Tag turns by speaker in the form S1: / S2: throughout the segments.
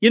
S1: You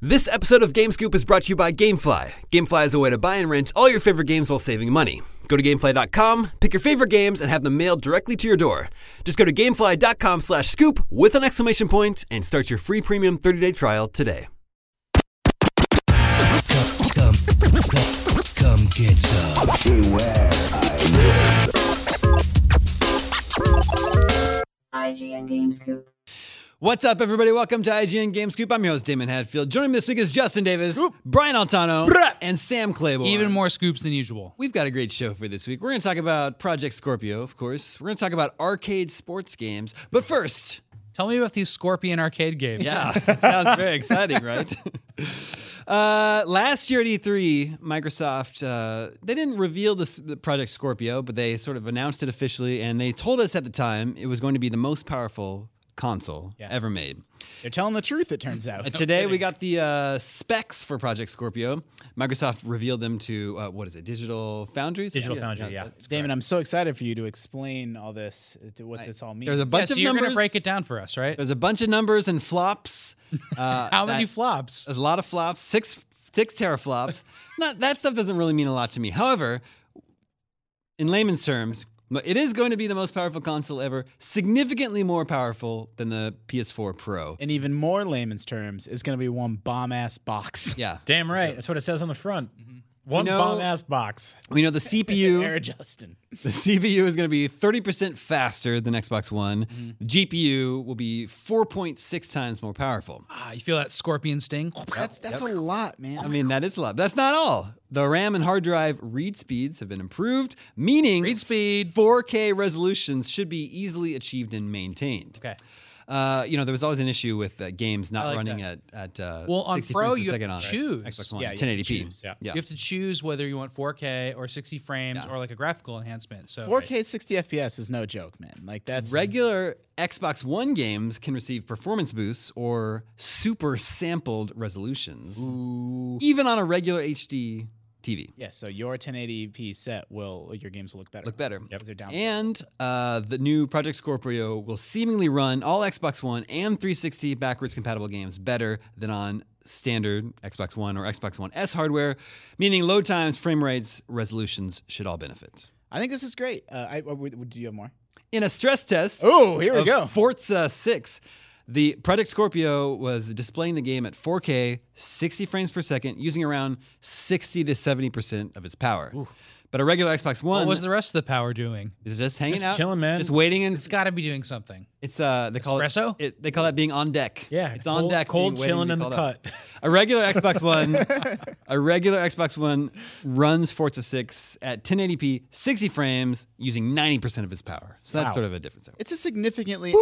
S1: This episode of Game Scoop is brought to you by Gamefly. Gamefly is a way to buy and rent all your favorite games while saving money. Go to gamefly.com, pick your favorite games, and have them mailed directly to your door. Just go to gamefly.com slash scoop with an exclamation point and start your free premium 30-day trial today.
S2: Come, come, come, come get some.
S3: IGN Gamescoop.
S1: What's up, everybody? Welcome to IGN Game Scoop. I'm your host, Damon Hadfield. Joining me this week is Justin Davis, Brian Altano, and Sam Claiborne.
S4: Even more scoops than usual.
S1: We've got a great show for this week. We're going to talk about Project Scorpio, of course. We're going to talk about arcade sports games. But first,
S4: Tell me about these Scorpion arcade games.
S1: Yeah, it sounds very exciting, right? Uh, last year at E3, Microsoft uh, they didn't reveal this the Project Scorpio, but they sort of announced it officially, and they told us at the time it was going to be the most powerful console
S5: Yeah.
S1: ever made.
S5: They're telling the truth, it turns out.
S1: Uh, Today we got the uh, specs for Project Scorpio. Microsoft revealed them to uh, what is it? Digital Foundries.
S6: Digital Foundry, yeah.
S5: Damon, I'm so excited for you to explain all this, uh, to what this all means.
S1: There's a
S4: Yeah,
S1: bunch
S4: so
S1: of
S4: you're
S1: numbers.
S4: gonna break it down for us, right?
S1: There's a bunch of numbers and flops. Uh,
S4: How many
S1: that-
S4: flops?
S1: a lot of flops, six six teraflops. Not that stuff doesn't really mean a lot to me. However, in layman's terms, it is going to be the most powerful console ever, significantly more powerful than the PS4 Pro.
S5: In even more layman's terms, it's going to be one bomb ass box.
S1: Yeah,
S6: Damn right. That's what it says on the front. One
S1: You know-
S6: bomb ass box.
S1: we know the CPU.
S5: Air Justin.
S1: the CPU is going to be 30% faster than Xbox One.
S6: Mm-hmm.
S1: The GPU will be 4.6 times more powerful.
S4: Ah, you feel that Scorpion sting?
S5: That's that's a lot, man.
S1: I mean, that is a lot. but That's not all. The RAM and hard drive read speeds have been improved, meaning
S4: Read speed.
S1: 4K resolutions should be easily achieved and maintained.
S4: Okay.
S1: Uh, you know, there was always an issue with uh, games not
S4: I like
S1: running at at uh,
S4: Well, on
S1: 60
S4: Pro,
S1: frames per
S4: you have
S1: second
S4: to
S1: on
S4: choose.
S1: Xbox One,
S5: Yeah, you have to
S1: 1080p.
S5: choose,
S6: yeah.
S1: yeah.
S4: You have to choose whether you want 4K or 60 frames or like a graphical enhancement. So
S5: 4K 60 FPS is no joke, man. Like that's
S1: Regular Xbox One games can receive performance boosts or super sampled resolutions, even on a regular HD TV.
S5: Yeah, so your 1080p set will your games will look better.
S1: Look better.
S5: Because they're down.
S1: And uh, the new Project Scorpio will seemingly run all Xbox One and 360 backwards compatible games better than on standard Xbox One or Xbox One S hardware, meaning load times, frame rates, resolutions should all benefit.
S5: I think this is great. Uh, I, I would- do you have more?
S1: In a stress test,
S5: Oh, here we
S1: of
S5: go.
S1: Forza 6. The Project Scorpio was displaying the game at 4K, 60 frames per second, using around 60 to 70% of its power. But a regular Xbox One
S4: What was the rest of the power doing?
S1: is just hanging
S6: Just
S1: out,
S6: chilling, man.
S1: just waiting. And
S4: It's got to be doing something.
S1: it's uh, they call
S4: Espresso?
S1: It, it- they call that being on deck.
S6: Yeah,
S1: it's on
S6: cold-
S1: deck, being
S6: cold
S1: waiting to
S6: chilling
S1: be
S6: in the
S1: called up.
S6: cut.
S1: A regular Xbox One, a regular Xbox One runs Forza 6 at 1080p, 60 frames, using 90% of its power. So that's
S6: Wow.
S1: sort of a difference.
S5: It's a significantly.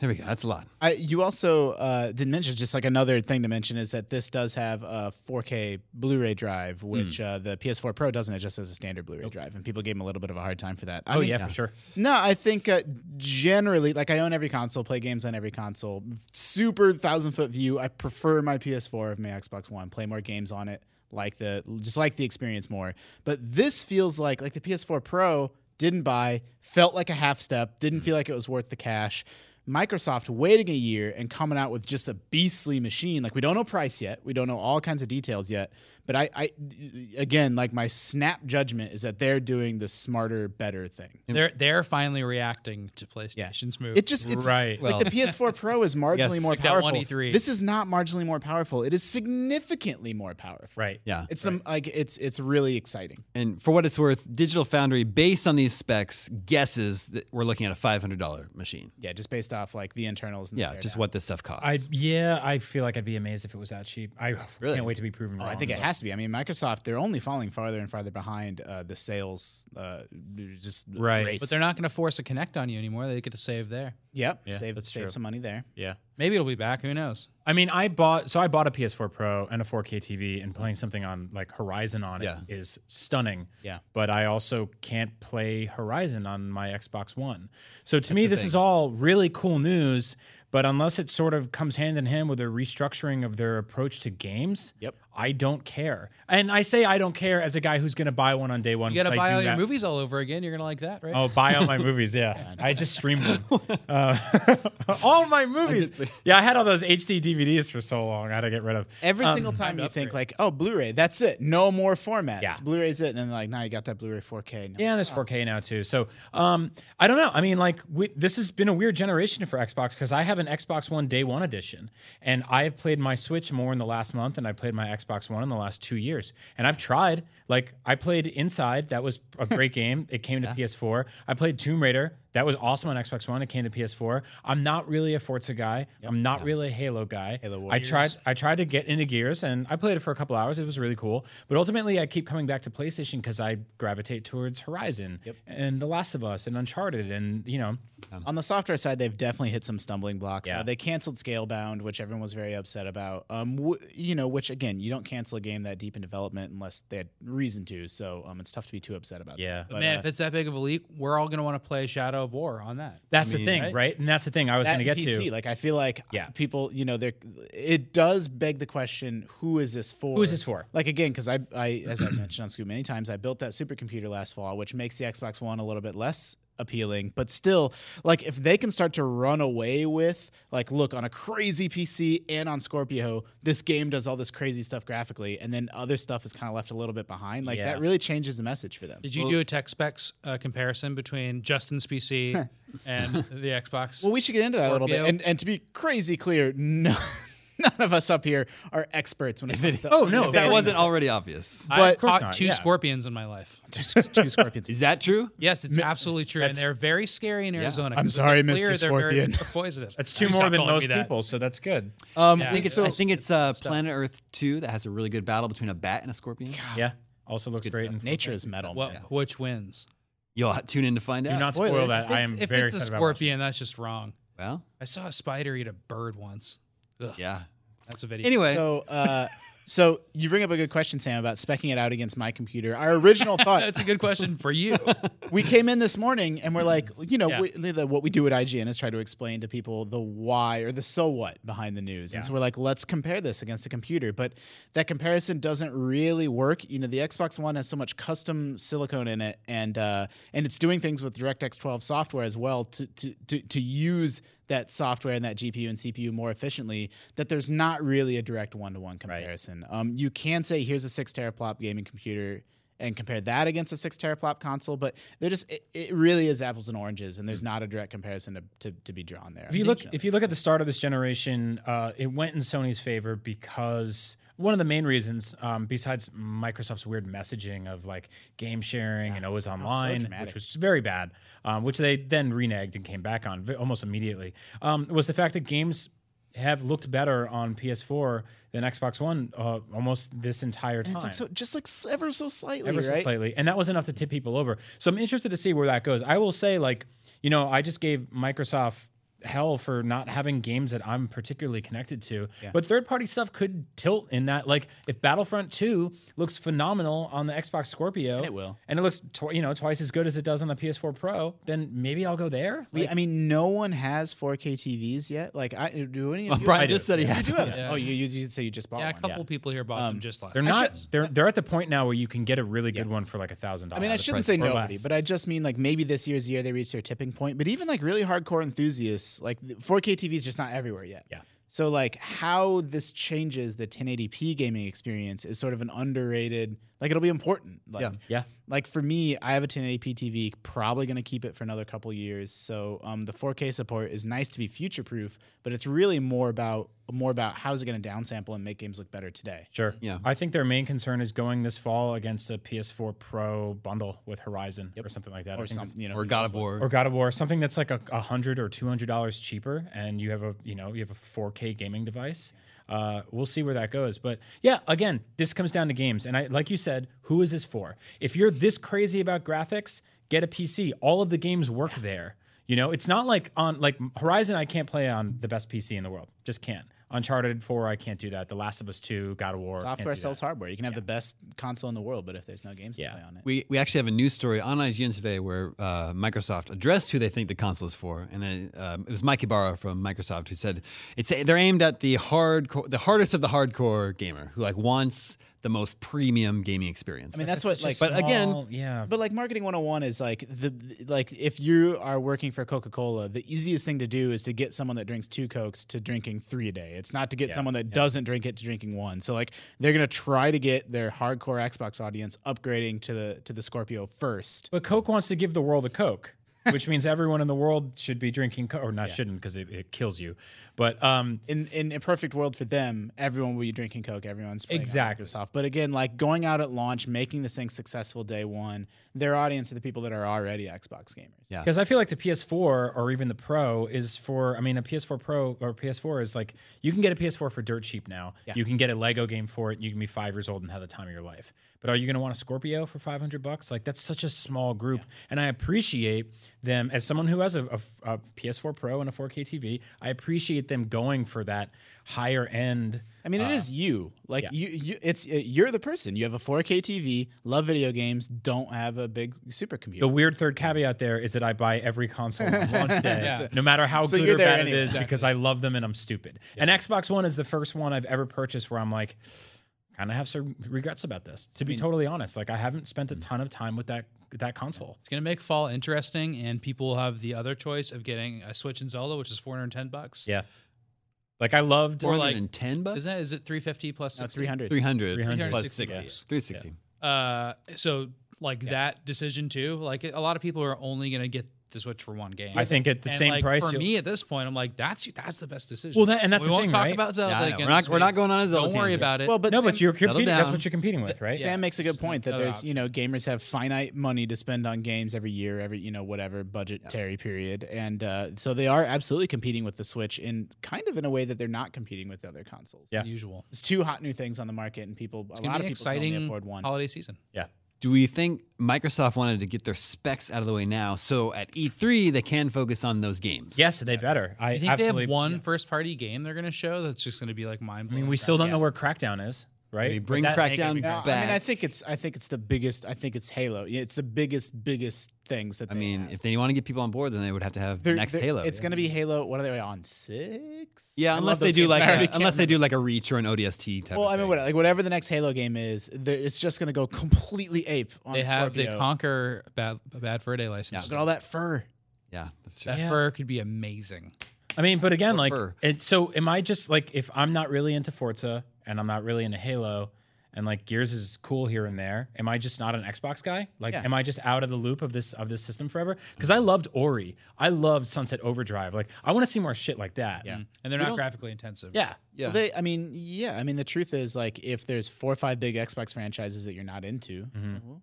S1: There we go. That's a lot.
S5: I, you also uh, didn't mention just like another thing to mention is that this does have a 4K Blu-ray
S6: Hmm.
S5: drive, which uh, the PS4 Pro doesn't. It just has a standard Blu-ray drive, and people gave him a little bit of a hard time for that. I
S6: Oh
S5: mean,
S6: yeah, for sure.
S5: No, I think uh, generally, like I own every console, play games on every console. Super thousand foot view. I prefer my PS4 of my Xbox One. Play more games on it. Like the just like the experience more. But this feels like like the PS4 Pro didn't buy. Felt like a half step. Didn't feel like it was worth the cash. Microsoft waiting a year and coming out with just a beastly machine. Like we don't know price yet. We don't know all kinds of details yet. But I, I again, like my snap judgment is that they're doing the smarter, better thing.
S4: They're they're finally reacting to PlayStation's move.
S5: It just it's
S6: Right.
S5: like the PS4 Pro is marginally
S1: Yes.
S5: more
S1: Like
S4: that
S5: powerful.
S4: 1E3.
S5: This is not marginally more powerful. It is significantly more powerful.
S6: Right.
S1: Yeah.
S5: It's the like it's it's really exciting.
S1: And for what it's worth, Digital Foundry, based on these specs, guesses that we're looking at a $500 machine.
S5: Yeah, just based off like the internals. And the
S1: Yeah,
S5: teardown.
S1: just what this stuff costs.
S6: I yeah, I feel like I'd be amazed if it was that cheap. I
S1: Really?
S6: can't wait to be proven
S5: Oh,
S6: wrong.
S5: I think it
S6: but-
S5: has to be. I mean, Microsoft they're only falling farther and farther behind uh, the sales. Uh, just
S6: Right.
S5: race.
S4: but they're not going to force a connect on you anymore. They get to save there.
S5: Yep.
S6: Yeah,
S5: save
S6: that's
S5: save
S6: true.
S5: some money there.
S6: Yeah.
S4: Maybe it'll be back. Who knows?
S6: I mean, I bought so I bought a PS4 Pro and a 4K TV, and playing something on like Horizon on it is
S1: Yeah.
S6: stunning.
S5: Yeah.
S6: But I also can't play Horizon on my Xbox One. So to me, this is all really cool news. But unless it sort of comes hand in hand with a restructuring of their approach to games,
S5: Yep.
S6: I don't care. And I say I don't care as a guy who's going to buy one on day one.
S4: You got
S6: 'cause
S4: to
S6: I
S4: buy
S6: do
S4: all your
S6: that-
S4: movies all over again. You're going to like that, right?
S6: Oh, buy all my movies. Yeah, I just streamed them. Uh, all my movies. yeah, I had all those HD DVDs for so long. I had to get rid of.
S5: Every single time you think like, oh, Blu-ray, that's it. No more formats. Blu-ray's it, and then like now you got that Blu-ray 4K. No.
S6: Yeah, there's 4K now too. So, um, I don't know. I mean, like, we, this has been a weird generation for Xbox because I have an Xbox One Day One edition, and I've played my Switch more in the last month, and I played my Xbox One in the last two years. And I've tried. Like, I played Inside. That was a great game. It came to PS4. I played Tomb Raider. That was awesome on Xbox One. It came to PS4. I'm not really a Forza guy. I'm not really a Halo guy. Halo I tried. I tried to get into Gears, and I played it for a couple hours. It was really cool. But ultimately, I keep coming back to PlayStation because I gravitate towards Horizon and The Last of Us and Uncharted, and you know,
S5: On the software side, they've definitely hit some stumbling blocks.
S6: Yeah.
S5: Uh, they canceled Scalebound, which everyone was very upset about. Um, w- you know, which again, you don't cancel a game that deep in development unless they had reason to. So um, it's tough to be too upset about.
S6: Yeah.
S5: that. But,
S4: Man,
S5: uh,
S4: if it's that big of a leak, we're all going to want to play Shadow of War on that.
S6: that's
S1: mean-
S6: the thing, right? And that's the thing I was
S5: that
S6: going to get
S5: PC,
S6: to.
S5: like I feel like
S6: Yeah.
S5: people, you know, they're it does beg the question: Who is this for?
S6: Who is this for?
S5: Like again, because I, I, as I mentioned on Scoop many times, I built that supercomputer last fall, which makes the Xbox One a little bit less appealing, but still, like if they can start to run away with, like, look on a crazy PC and on Scorpio, this game does all this crazy stuff graphically, and then other stuff is kind of left a little bit behind. Like
S6: Yeah.
S5: that really changes the message for them.
S4: Did you do a tech specs uh, comparison between Justin's PC and the Xbox?
S5: Well, we should get into that a little bit.
S4: Scorpio.
S5: And, and to be crazy clear, no, none of us up here are experts when it comes to.
S1: oh, no, that
S5: understanding
S1: wasn't already obvious.
S4: I've
S5: Of course
S4: caught
S6: not,
S4: two
S6: yeah.
S4: scorpions in my life.
S5: two scorpions.
S1: Is that true?
S4: Yes, it's absolutely true, and they're very scary in Arizona.
S5: I'm
S4: 'cause
S5: sorry,
S4: they're clear,
S5: Mr.
S4: They're very
S5: Scorpion.
S4: poisonous.
S6: That's two
S4: Please
S6: more
S4: stop
S6: than
S4: calling me
S6: most
S4: that.
S6: people, so that's good.
S5: Um,
S1: I think it's, I
S4: so-
S1: think it's uh, Planet Earth 2 that has a really good battle between a bat and a scorpion.
S6: Yeah, also looks great. And
S5: Nature is metal.
S4: What,
S5: man.
S4: Which wins?
S1: You'll ha- tune in to find
S6: do
S1: out.
S6: not spoil
S5: Spoilers.
S6: that. I am
S4: if
S6: very
S4: it's a
S6: excited about watching.
S4: scorpion, that's just wrong.
S1: well,
S4: I saw a spider eat a bird once. Ugh,
S1: yeah.
S4: That's a video.
S1: Anyway,
S5: So, uh, so you bring up a good question, Sam, about specking it out against my computer. Our original thought,
S4: that's a good question for you.
S5: we came in this morning and we're like, you know,
S4: Yeah.
S5: we, the, what we do at IGN is try to explain to people the why or the so what behind the news. And so we're like, let's compare this against a computer. But that comparison doesn't really work. You know, the Xbox One has so much custom silicone in it, and uh, and it's doing things with DirectX 12 software as well to to to, to use that software and that GPU and CPU more efficiently, that there's not really a direct one to one comparison. Um, you can say, here's a six teraflop gaming computer and compare that against a six teraflop console, but they're just, it, it really is apples and oranges, and
S6: Hmm.
S5: there's not a direct comparison to, to, to be drawn there.
S6: If you look, if you look at the start of this generation, uh, it went in Sony's favor because. one of the main reasons, um, besides Microsoft's weird messaging of like game sharing and always online, which
S5: dramatic.
S6: was very bad, um, which they then reneged and came back on ve- almost immediately, um, was the fact that games have looked better on PS4 than Xbox One uh, almost this entire time
S5: It's like so, just like s- ever so slightly,
S6: ever so
S5: right?
S6: slightly, and that was enough to tip people over. So I'm interested to see where that goes. I will say, like, you know, I just gave Microsoft hell for not having games that I'm particularly connected to, but third-party stuff could tilt in that. Like, if Battlefront 2 looks phenomenal on the Xbox Scorpio,
S5: it will.
S6: and it looks tw- you know twice as good as it does on the PS4 Pro, then maybe I'll go there.
S5: We, I mean, no one has 4K TVs yet. Like, I do any of you?
S1: Brian
S6: do.
S1: just said he
S5: You
S1: had.
S5: do have-
S4: Yeah.
S5: Oh, you, you did say you just bought
S4: Yeah, a
S5: one.
S4: couple people here bought them just last.
S6: They're
S4: year.
S6: not. They're they're at the point now where you can get a really good one for like a thousand
S5: I
S6: dollars.
S5: mean, I shouldn't say
S6: or
S5: nobody,
S6: less.
S5: but I just mean like maybe this year's the year they reach their tipping point. But even like really hardcore enthusiasts, like the 4K TV is just not everywhere yet.
S6: Yeah.
S5: So like how this changes the 1080p gaming experience is sort of an underrated. Like it'll be important. Like, yeah.
S6: yeah.
S5: Like for me, I have a 1080p TV, probably going to keep it for another couple years. So um, the 4K support is nice to be future proof, but it's really more about more about how is it going to downsample and make games look better today.
S6: Sure.
S1: Yeah.
S6: I think their main concern is going this fall against a PS4 Pro bundle with Horizon or something like that. I
S5: Or
S6: think
S5: something, you know,
S1: Or God of War.
S6: it's- Or God of War, something that's like a, a hundred or two hundred dollars cheaper, and you have a you know you have a 4K gaming device. Uh, we'll see where that goes, but yeah, again, this comes down to games, and I like you said, who is this for? If you're this crazy about graphics, get a PC. All of the games work there. You know, it's not like on like Horizon. I can't play on the best PC in the world. Just can't. Uncharted 4, I can't do that. The Last of Us 2, God of War. can't
S5: Software
S6: do that.
S5: sells hardware. You can have the best console in the world, but if there's no games
S6: Yeah.
S5: to play on it,
S1: We, we actually have a news story on IGN today where uh, Microsoft addressed who they think the console is for, and then um, it was Mike Ibarra from Microsoft who said it's they're aimed at the hardcore, the hardest of the hardcore gamer who like wants the most premium gaming experience.
S5: I mean that's what like
S1: But again-
S6: Small- yeah.
S5: But like marketing 101 is like the like if you are working for Coca-Cola, the easiest thing to do is to get someone that drinks two cokes to drinking 3 a day. It's not to get someone that doesn't drink it to drinking one. So like they're going to try to get their hardcore Xbox audience upgrading to the to the Scorpio first.
S6: But Coke wants to give the world a Coke, which means everyone in the world should be drinking Coke, or not shouldn't because it, it kills you. But um,
S5: In in a perfect world for them, everyone will be drinking Coke, everyone's playing on
S6: Exactly.
S5: Microsoft. But again, like going out at launch, making this thing successful day one, their audience are the people that are already Xbox gamers.
S1: Yeah.
S6: because I feel like the PS4 or even the Pro is for, I mean, a PS4 Pro or PS4 is like you can get a PS4 for dirt cheap now. You can get a Lego game for it. You can be five years old and have the time of your life. But are you going to want a Scorpio for five hundred bucks? Like that's such a small group, and I appreciate them as someone who has a, a- a PS4 Pro and a 4K TV. I appreciate them going for that higher end.
S5: I mean, it is you. Like you, you, it's uh you're the person. You have a 4K TV, love video games, don't have a big supercomputer.
S6: The weird third caveat there is that I buy every console on launch day, no matter how
S5: So
S6: good
S5: you're
S6: or
S5: there
S6: bad
S5: anyway.
S6: it is, because I love them and I'm stupid. And Xbox One is the first one I've ever purchased where I'm like, kind of have some regrets about this. To be totally honest, like I haven't spent a ton of time with that that console.
S4: It's gonna make fall interesting, and people will have the other choice of getting a Switch and Zelda, which is four hundred and ten bucks.
S6: Yeah, like I loved.
S4: Or like-
S1: 410 bucks?
S4: Is that is it three fifty plus
S5: No,
S4: 300?
S5: 300.
S1: 300,
S6: 300.
S1: plus
S4: 360
S1: 60.
S4: bucks.
S1: 360.
S4: Uh, so like that decision too. Like a lot of people are only gonna get the Switch for one game.
S6: I think at the
S4: And,
S6: same
S4: like,
S6: price
S4: For
S6: you'll-
S4: me at this point, I'm like that's that's the best decision.
S6: Well, that- and that's
S4: we
S6: the
S4: won't
S6: thing,
S4: talk
S6: right?
S4: about Zelda
S1: Yeah, I know.
S4: again.
S1: We're not-
S4: this
S1: we're not
S4: week.
S1: going on a Zelda
S4: Don't worry
S1: tangent.
S4: about it.
S5: Well, but
S6: no,
S5: Sam,
S6: but you're competing. That's
S1: down.
S6: what you're competing with, right?
S5: Sam makes a good point that
S4: another
S5: there's you know gamers have finite money to spend on games every year, every you know whatever budgetary period, and uh, so they are absolutely competing with the Switch in kind of in a way that they're not competing with the other consoles.
S6: Yeah.
S4: usual.
S5: It's two hot new things on the market, and people
S4: It's
S5: a
S4: gonna
S5: lot
S4: be
S5: of
S4: an
S5: people can only
S4: exciting
S5: afford one.
S4: holiday season.
S6: Yeah.
S1: Do we think Microsoft wanted to get their specs out of the way now so at E3 they can focus on those games?
S6: Yes, they better. I
S4: You think they
S6: absolutely.
S4: have one party game they're gonna show that's just gonna be like
S6: I
S4: mind blowing?
S6: mean, we still don't know where Crackdown is, right?
S1: They
S6: But
S1: bring
S6: that-
S1: Crackdown
S5: Yeah,
S1: back.
S5: I mean, I think it's I think it's the biggest. I think it's Halo. Yeah, It's the biggest, biggest things that
S1: I
S5: they
S1: mean,
S5: have.
S1: if they want to get people on board, then they would have to have
S5: They're-
S1: next
S5: they're-
S1: Halo.
S5: It's
S1: yeah.
S5: going to be Halo. What are they on six? I
S1: Yeah,
S5: love
S1: unless they
S5: those
S1: do
S5: games.
S1: like
S5: I already
S1: a,
S5: can't
S1: unless they
S5: remember.
S1: do like a reach or an ODST type.
S5: Well,
S1: of
S5: I mean,
S1: thing.
S5: what, like whatever the next Halo game is, there, it's just going to go completely ape on
S4: They have the
S5: Scorpio.
S4: Conquer Bad, Bad Fur Day license.
S5: Look at all that fur.
S1: Yeah, that's true.
S4: That fur could be amazing.
S6: I mean, but again, like,
S1: fur.
S6: it, so am I just like, if I'm not really into Forza and I'm not really into Halo and like Gears is cool here and there. Am I just not an Xbox guy? Like,
S5: Yeah.
S6: am I just out of the loop of this of this system forever? Because I loved Ori, I loved Sunset Overdrive. Like, I want to see more shit like that. Mm.
S5: Yeah.
S4: and they're not graphically intensive.
S6: yeah.
S1: Yeah.
S5: Well, they, I mean, yeah. I mean, the truth is, like, if there's four or five big Xbox franchises that you're not into, it's like, well, yeah.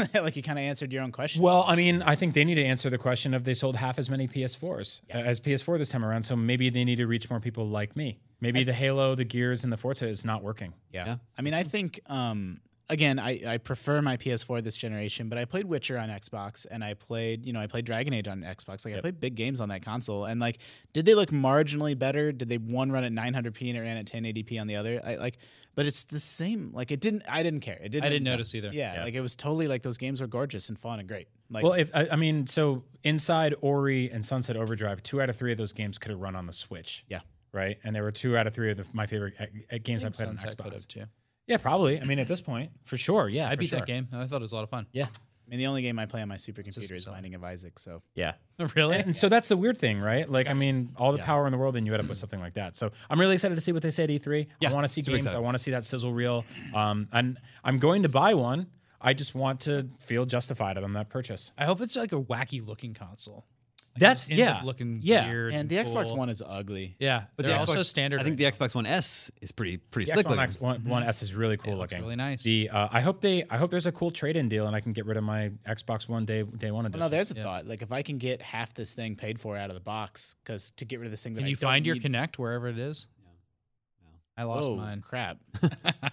S5: like you kind of answered your own question.
S6: Well, I mean, I think they need to answer the question of they sold half as many PS4s uh, as PS4 this time around, so maybe they need to reach more people like me. Maybe the Halo, the Gears, and the Forza is not working.
S5: Yeah. I mean, I think um, again, I, I prefer my PS4 this generation, but I played Witcher on Xbox and I played, you know, I played Dragon Age on Xbox. Like I played big games on that console. And like, did they look marginally better? Did they one run at 900p and it ran at 1080p on the other? I like, but it's the same. Like it didn't. I didn't care. It didn't.
S4: I didn't notice either.
S5: Yeah, like it was totally like those games were gorgeous and fun and great. Like
S6: Well, if I, I mean, so Inside, Ori, and Sunset Overdrive, two out of three of those games could have run on the Switch.
S5: Yeah.
S6: Right, and there were two out of three of the, my favorite uh, uh, games I, played on
S4: Sunset
S6: Xbox.
S4: could have too.
S6: Yeah, probably. I mean, at this point, for sure. Yeah,
S4: I
S6: for
S4: beat
S6: sure.
S4: that game. and I thought it was a lot of fun.
S6: Yeah,
S5: I mean, the only game I play on my supercomputer is Binding of Isaac. So
S6: yeah.
S4: really?
S6: And so that's the weird thing, right? Like, I mean, all the power in the world, and you end up with something like that. So I'm really excited to see what they say at E3. I want to see games. I
S1: excited.
S6: want to see that sizzle reel. Um, and I'm going to buy one. I just want to feel justified on that purchase.
S4: I hope it's like a wacky looking console. Like, it
S6: That's-
S4: just ends
S6: yeah.
S4: up looking
S6: Yeah.
S4: weird.
S5: and the Xbox
S4: cool.
S5: One is ugly.
S4: Yeah, but they're
S1: the
S4: also
S1: Xbox-
S4: standard.
S1: I think
S4: right
S1: the
S4: now.
S1: Xbox One S is pretty pretty
S6: The
S1: slick
S6: Xbox One,
S1: looking.
S6: X, one, one S is really cool
S4: looks
S6: looking.
S4: really nice.
S6: The uh, I hope they I hope there's a cool trade-in deal, and I can get rid of my Xbox One day day one edition.
S5: Well, Oh, no, there's a thought. Like, if I can get half this thing paid for out of the box, because to get rid of this thing, that
S4: Can
S5: I
S4: you
S5: don't
S4: find your
S5: need- Oh,
S4: Connect wherever it is? I lost
S5: Whoa,
S4: mine.
S5: crap.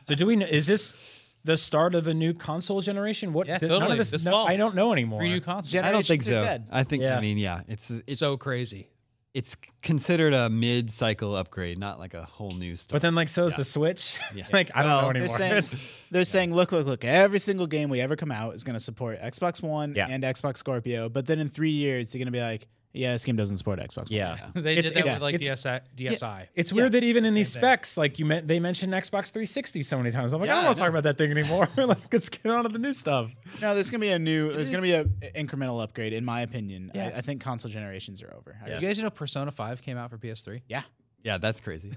S6: so do we? know Is this the start of a new console generation? What?
S4: Yeah,
S6: th- None
S4: totally.
S6: of this,
S4: This
S6: no,
S4: fall.
S6: I don't know anymore.
S4: Three new consoles.
S1: I don't think
S5: Generations are
S1: so.
S5: dead.
S1: I think
S6: Yeah.
S1: I mean yeah, it's it's
S4: so crazy.
S1: it's considered a mid-cycle upgrade, not like a whole new stuff.
S6: But then, like, so is the Switch. like, I don't know
S5: They're
S6: anymore.
S5: saying,
S6: It's-
S5: they're saying, look, look, look, every single game we ever come out is going to support Xbox One
S6: Yeah.
S5: and Xbox Scorpio. But then in three years, they're going to be like, yeah, this game doesn't support Xbox One.
S6: yeah,
S4: They
S6: It's-
S4: did that
S6: it's-
S4: with like
S6: it's-
S4: DSi. DSi.
S6: It's weird that even in these
S4: thing.
S6: specs, like you meant, they mentioned Xbox 360 so many times. I'm like, I don't want to talk about that thing anymore. like, let's get on to the new stuff.
S5: No, there's going to be a new, there's going to be an incremental upgrade, in my opinion. I, I think console generations are over. I-
S4: Did you guys know Persona 5 came out for PS3?
S5: yeah.
S1: yeah, that's crazy.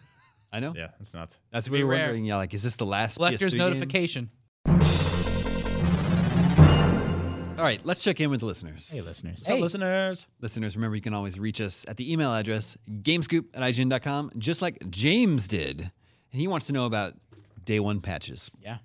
S1: I know.
S6: Yeah, it's nuts.
S1: That's what we were
S4: Beware.
S1: wondering. Yeah, like is this the last PS3
S4: Lecter's
S1: game?
S4: notification.
S1: All right, let's check in with the listeners.
S5: Hey, listeners.
S6: So, listeners,
S1: Listeners, remember you can always reach us at the email address gamescoop at IGN.com, just like James did. And he wants to know about day one patches.
S5: Yeah.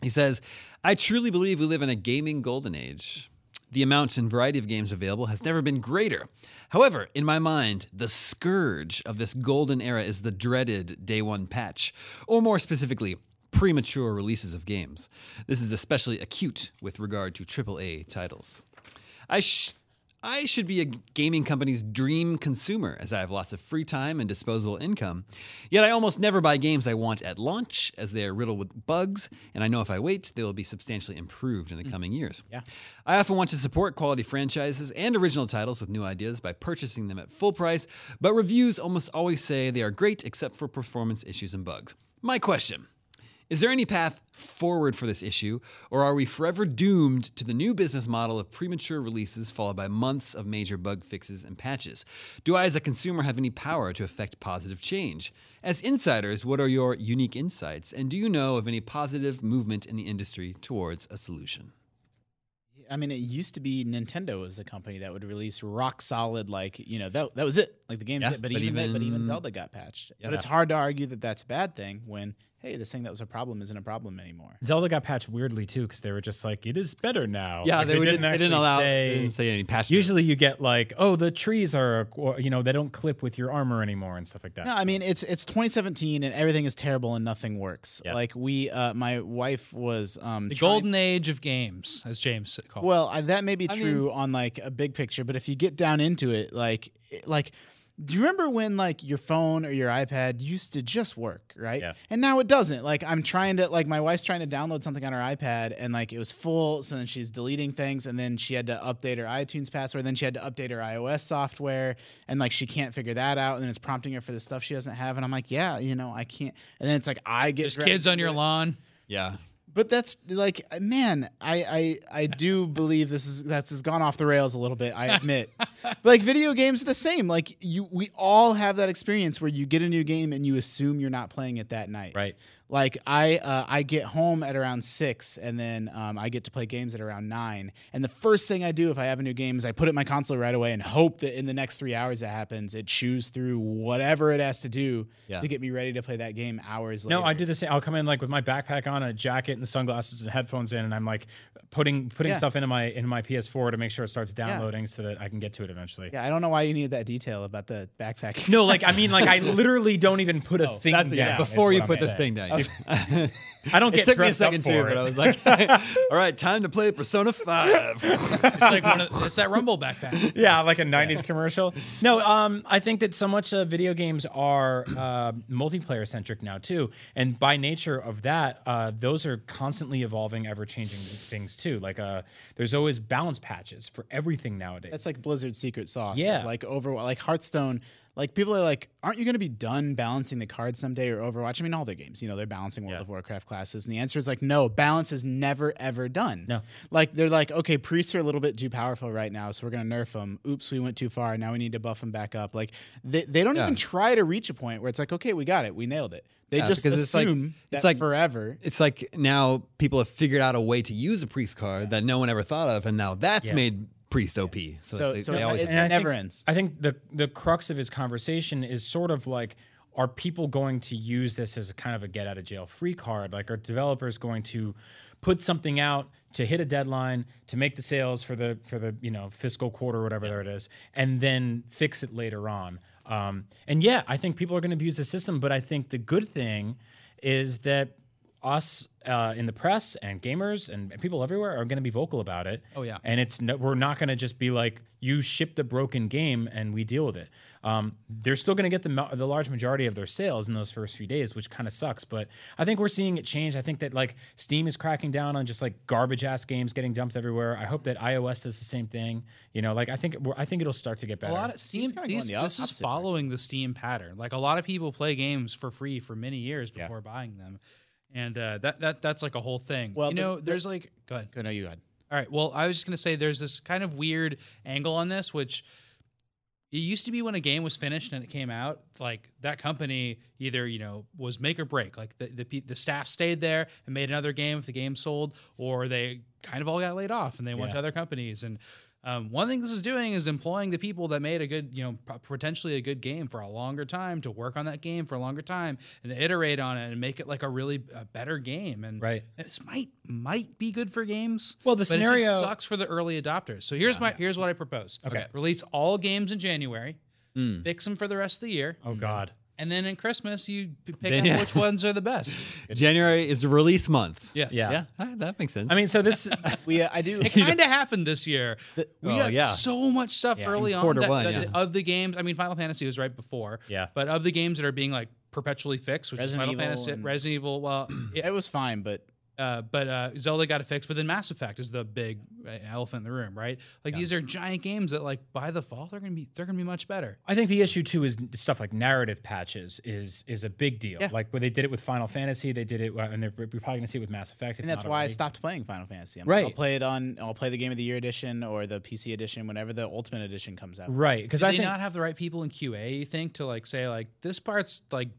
S1: He says, I truly believe we live in a gaming golden age. The amount and variety of games available has never been greater. However, in my mind, the scourge of this golden era is the dreaded day one patch, or more specifically, premature releases of games. This is especially acute with regard to AAA titles. I sh- I should be a gaming company's dream consumer as I have lots of free time and disposable income. Yet I almost never buy games I want at launch as they are riddled with bugs, and I know if I wait, they will be substantially improved in the coming years. Yeah. I often want to support quality franchises and original titles with new ideas by purchasing them at full price, but reviews almost always say they are great except for performance issues and bugs. My question is there any path forward for this issue, or are we forever doomed to the new business model of premature releases followed by months of major bug fixes and patches? Do I, as a consumer, have any power to affect positive change? As insiders, what are your unique insights, and do you know of any positive movement in the industry towards a solution?
S5: I mean, it used to be Nintendo was the company that would release rock solid, like you know that that was it, like the game's it. But,
S1: but
S5: even, that- but even
S1: even-
S5: Zelda got patched.
S1: Yeah.
S5: But it's hard to argue that that's a bad thing when hey, this thing that was a problem isn't a problem anymore.
S6: Zelda got patched weirdly too because they were just like, it is better now. Like,
S1: would-
S6: actually
S1: they didn't say any patch. notes.
S6: Usually, you get like, oh, the trees are, or, you know, they don't clip with your armor anymore and stuff like that.
S5: No, I mean it's it's 2017 and everything is terrible and nothing works.
S6: Yeah.
S5: Like we, uh, my wife was um,
S4: The
S5: trying-
S4: golden age of games, as James called it.
S5: Well, I, that may be true on like a big picture, but if you get down into it, like it- like do you remember when like your phone or your iPad used to just work, right?
S6: Yeah.
S5: And now it doesn't. Like I'm trying to like my wife's trying to download something on her iPad and like it was full, so then she's deleting things and then she had to update her iTunes password, then she had to update her iOS software and like she can't figure that out and then it's prompting her for the stuff she doesn't have and I'm like, yeah, you know, I can't. And then it's like I get
S4: There's
S5: dra-
S4: kids on your lawn.
S1: yeah.
S5: but that's like, man, I I, I do believe this is that's has gone off the rails a little bit. I admit, But, like video games are the same. Like you we all have that experience where you get a new game and you assume you're not playing it that night.
S6: Right.
S5: Like I uh, I get home at around six and then um, I get to play games at around nine. And the first thing I do if I have a new game is I put it in my console right away and hope that in the next three hours that happens, it chews through whatever it has to do
S1: Yeah.
S5: to get me ready to play that game hours later.
S6: No, I do the same. I'll come in like with my backpack on, a jacket and sunglasses and headphones in, and I'm like putting putting
S5: Yeah.
S6: stuff into my into my PS4 to make sure it starts downloading so that I can get to it eventually.
S5: Yeah, I don't know why you need that detail about the backpack.
S6: No, like I mean, like I literally don't even put a thing down.
S1: That's, yeah,
S6: is
S1: before
S6: what
S1: you
S6: I'm
S1: put the
S6: saying.
S1: thing down. you-
S6: I don't get
S1: It took me a
S6: dressed up
S1: second
S6: for
S1: too,
S6: it.
S1: but I was like, all right, time to play Persona 5.
S4: It's like one of, it's that Rumble backpack.
S6: yeah, like a '90s commercial. No, um, I think that so much of video games are uh, multiplayer centric now too, and by nature of that, uh, those are constantly evolving, ever changing things too. Like, uh, there's always balance patches for everything nowadays.
S5: That's like Blizzard's secret sauce.
S6: Yeah.
S5: Like over like Hearthstone. Like people are like, aren't you going to be done balancing the cards someday or Overwatch? I mean, all their games, you know, they're balancing World of Warcraft classes, and the answer is like, no, balance is never ever done.
S6: No.
S5: Like they're like, okay, priests are a little bit too powerful right now, so we're going to nerf them. Oops, we went too far. Now we need to buff them back up. Like they, they don't even try to reach a point where it's like, okay, we got it, we nailed it. They
S1: Yeah,
S5: just
S1: because it's like-
S5: assume
S1: it's
S5: that
S1: like-
S5: forever.
S1: it's like now people have figured out a way to use a priest card that no one ever thought of, and now that's made priest OP. So,
S5: So,
S1: they,
S5: so
S1: they
S5: it,
S1: always
S5: it
S6: And I
S5: never
S6: think-
S5: ends.
S6: I think the the crux of his conversation is sort of like are people going to use this as a kind of a get out of jail free card? Like are developers going to put something out to hit a deadline to make the sales for the for the you know fiscal quarter or whatever there it is and then fix it later on? Um, and yeah, I think people are going to abuse the system, but I think the good thing is that us uh, in the press and gamers and and people everywhere are going to be vocal about it. Oh
S4: yeah.
S6: and it's no, we're not going to just be like you ship the broken game and we deal with it. Um, they're still going to get the mo- the large majority of their sales in those first few days, which kind of sucks. But I think we're seeing it change. I think that like Steam is cracking down on just like garbage ass games getting dumped everywhere. I hope that iOS does the same thing. You know, like I think we're, I think it'll start to get
S4: A
S6: better.
S4: lot of Steam.
S5: kinda
S4: These,
S5: going the
S4: this is
S5: opposite way.
S4: following the Steam pattern. Like a lot of people play games for free for many years before buying them, and uh, that that that's like a whole thing.
S5: Well,
S4: you
S5: the-
S4: know,
S5: the-
S4: there's like go ahead.
S5: Go, no, you go ahead.
S4: All right. Well, I was just going to say there's this kind of weird angle on this, which it used to be when a game was finished and it came out, like that company either, you know, was make or break. Like the, the, pe- the staff stayed there and made another game if the game sold, or they kind of all got laid off and they went to other companies. And um, one thing this is doing is employing the people that made a good, you know, p- potentially a good game for a longer time to work on that game for a longer time and iterate on it and make it like a really a better game. And
S6: Right.
S4: this might might be good for games.
S6: Well, the
S4: but it just
S6: scenario-
S4: sucks for the early adopters. So here's my here's what I propose.
S6: Okay.
S4: release all games in January,
S1: Mm.
S4: fix them for the rest of the year,
S6: oh God.
S4: and then in Christmas you p- pick
S1: Then-
S4: up
S1: yeah.
S4: which ones are the best.
S1: January is release month.
S4: Yes.
S6: Yeah.
S1: Yeah, ah, that makes sense.
S6: I mean, so this
S5: We uh, I do.
S4: It kind of happened this year. we
S1: Well,
S4: got
S1: oh, yeah.
S4: so much stuff early on
S1: quarter
S4: that,
S1: one,
S4: that-
S1: yeah.
S4: of the games. I mean, Final Fantasy was right before.
S6: Yeah.
S4: But of the games that are being like perpetually fixed, which
S5: Resident
S4: is Final
S5: Evil
S4: Fantasy,
S5: and-
S4: Resident Evil. Well,
S5: it was fine, but
S4: uh, but uh, Zelda got a fix. But then Mass Effect is the big uh, elephant in the room, right? Like these are giant games that, like by the fall, they're gonna be they're gonna be much better.
S6: I think the issue too is stuff like narrative patches is is a big deal. Like where they did it with Final Fantasy, they did it, uh, and they're we're probably gonna see it with Mass Effect. if
S5: And that's
S6: not
S5: why I
S6: already.
S5: stopped playing Final Fantasy. I'm I'll
S6: Right.
S5: play it on. I'll play the Game of the Year edition or the PC edition whenever the Ultimate edition comes out.
S6: Right, because
S4: Do
S6: I
S4: they
S6: think
S4: not have the right people in QA? You think to like say like this part's like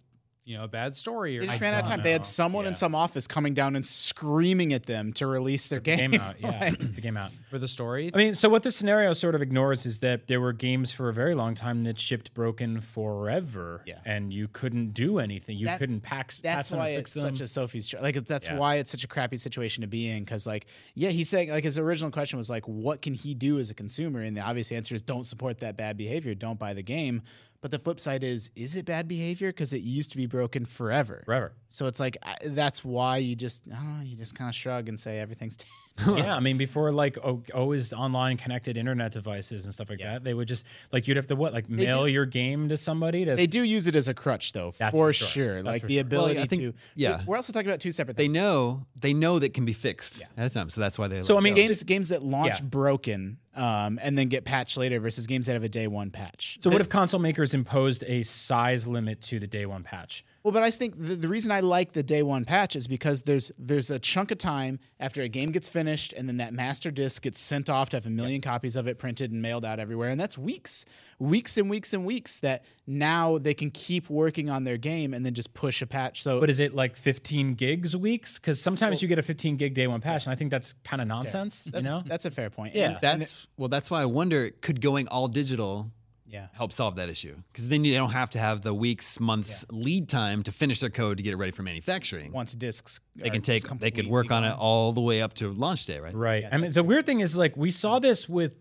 S4: you know a bad story or
S5: They just
S4: I
S5: ran out of
S4: don't
S5: time.
S4: know.
S5: They had someone in some office coming down and screaming at them to release their game.
S6: game out, yeah, the game out.
S4: for the story.
S6: I mean, so what this scenario sort of ignores is that there were games for a very long time that shipped broken forever,
S5: Yeah.
S6: and you couldn't do anything. You
S5: That-
S6: couldn't pack. s- pass
S5: that's
S6: them or
S5: why
S6: fix
S5: it's
S6: them.
S5: such a Sophie's cho- like that's
S6: Yeah.
S5: why it's such a crappy situation to be in because like yeah he's saying like his original question was like what can he do as a consumer and the obvious answer is don't support that bad behavior don't buy the game but the flip side is is it bad behavior because it used to be broken forever
S6: forever.
S5: so it's like I, that's why you just I don't know you just kind of shrug and say everything's t-
S6: yeah, I mean, before like o- always online connected internet devices and stuff like that, they would just like you'd have to what like mail your game to somebody to.
S5: they do use it as a crutch though
S6: That's
S5: for
S6: for
S5: sure,
S6: sure. That's
S5: like
S6: for
S5: the
S6: sure.
S5: ability
S1: Well, I think-
S5: to
S1: yeah.
S5: we're also talking about two separate
S1: they
S5: things.
S1: know they know that can be fixed at a time, so that's why they.
S6: So,
S1: let
S6: I mean,
S1: go.
S5: games games that launch
S6: Yeah.
S5: broken um, and then get patched later versus games that have a day one patch
S6: so what if console makers imposed a size limit to the day one patch?
S5: Well, but I think the, the reason I like the day one patch is because there's there's a chunk of time after a game gets finished, and then that master disc gets sent off to have a million copies of it printed and mailed out everywhere, and that's weeks, weeks and weeks and weeks that now they can keep working on their game and then just push a patch. So,
S6: But is it like 15 gigs weeks? Because sometimes you get a 15 gig day one patch, and I think that's kind of nonsense. You
S5: that's,
S6: know,
S5: that's a fair point. Yeah,
S1: That's well. That's why I wonder could going all digital
S5: yeah.
S1: help solve that issue because then you don't have to have the weeks, months lead time to finish their code to get it ready for manufacturing.
S5: Once discs,
S1: they can take they
S6: E
S1: could work on it all the way up to launch day, right?
S6: right? I mean, the weird thing is like we saw this with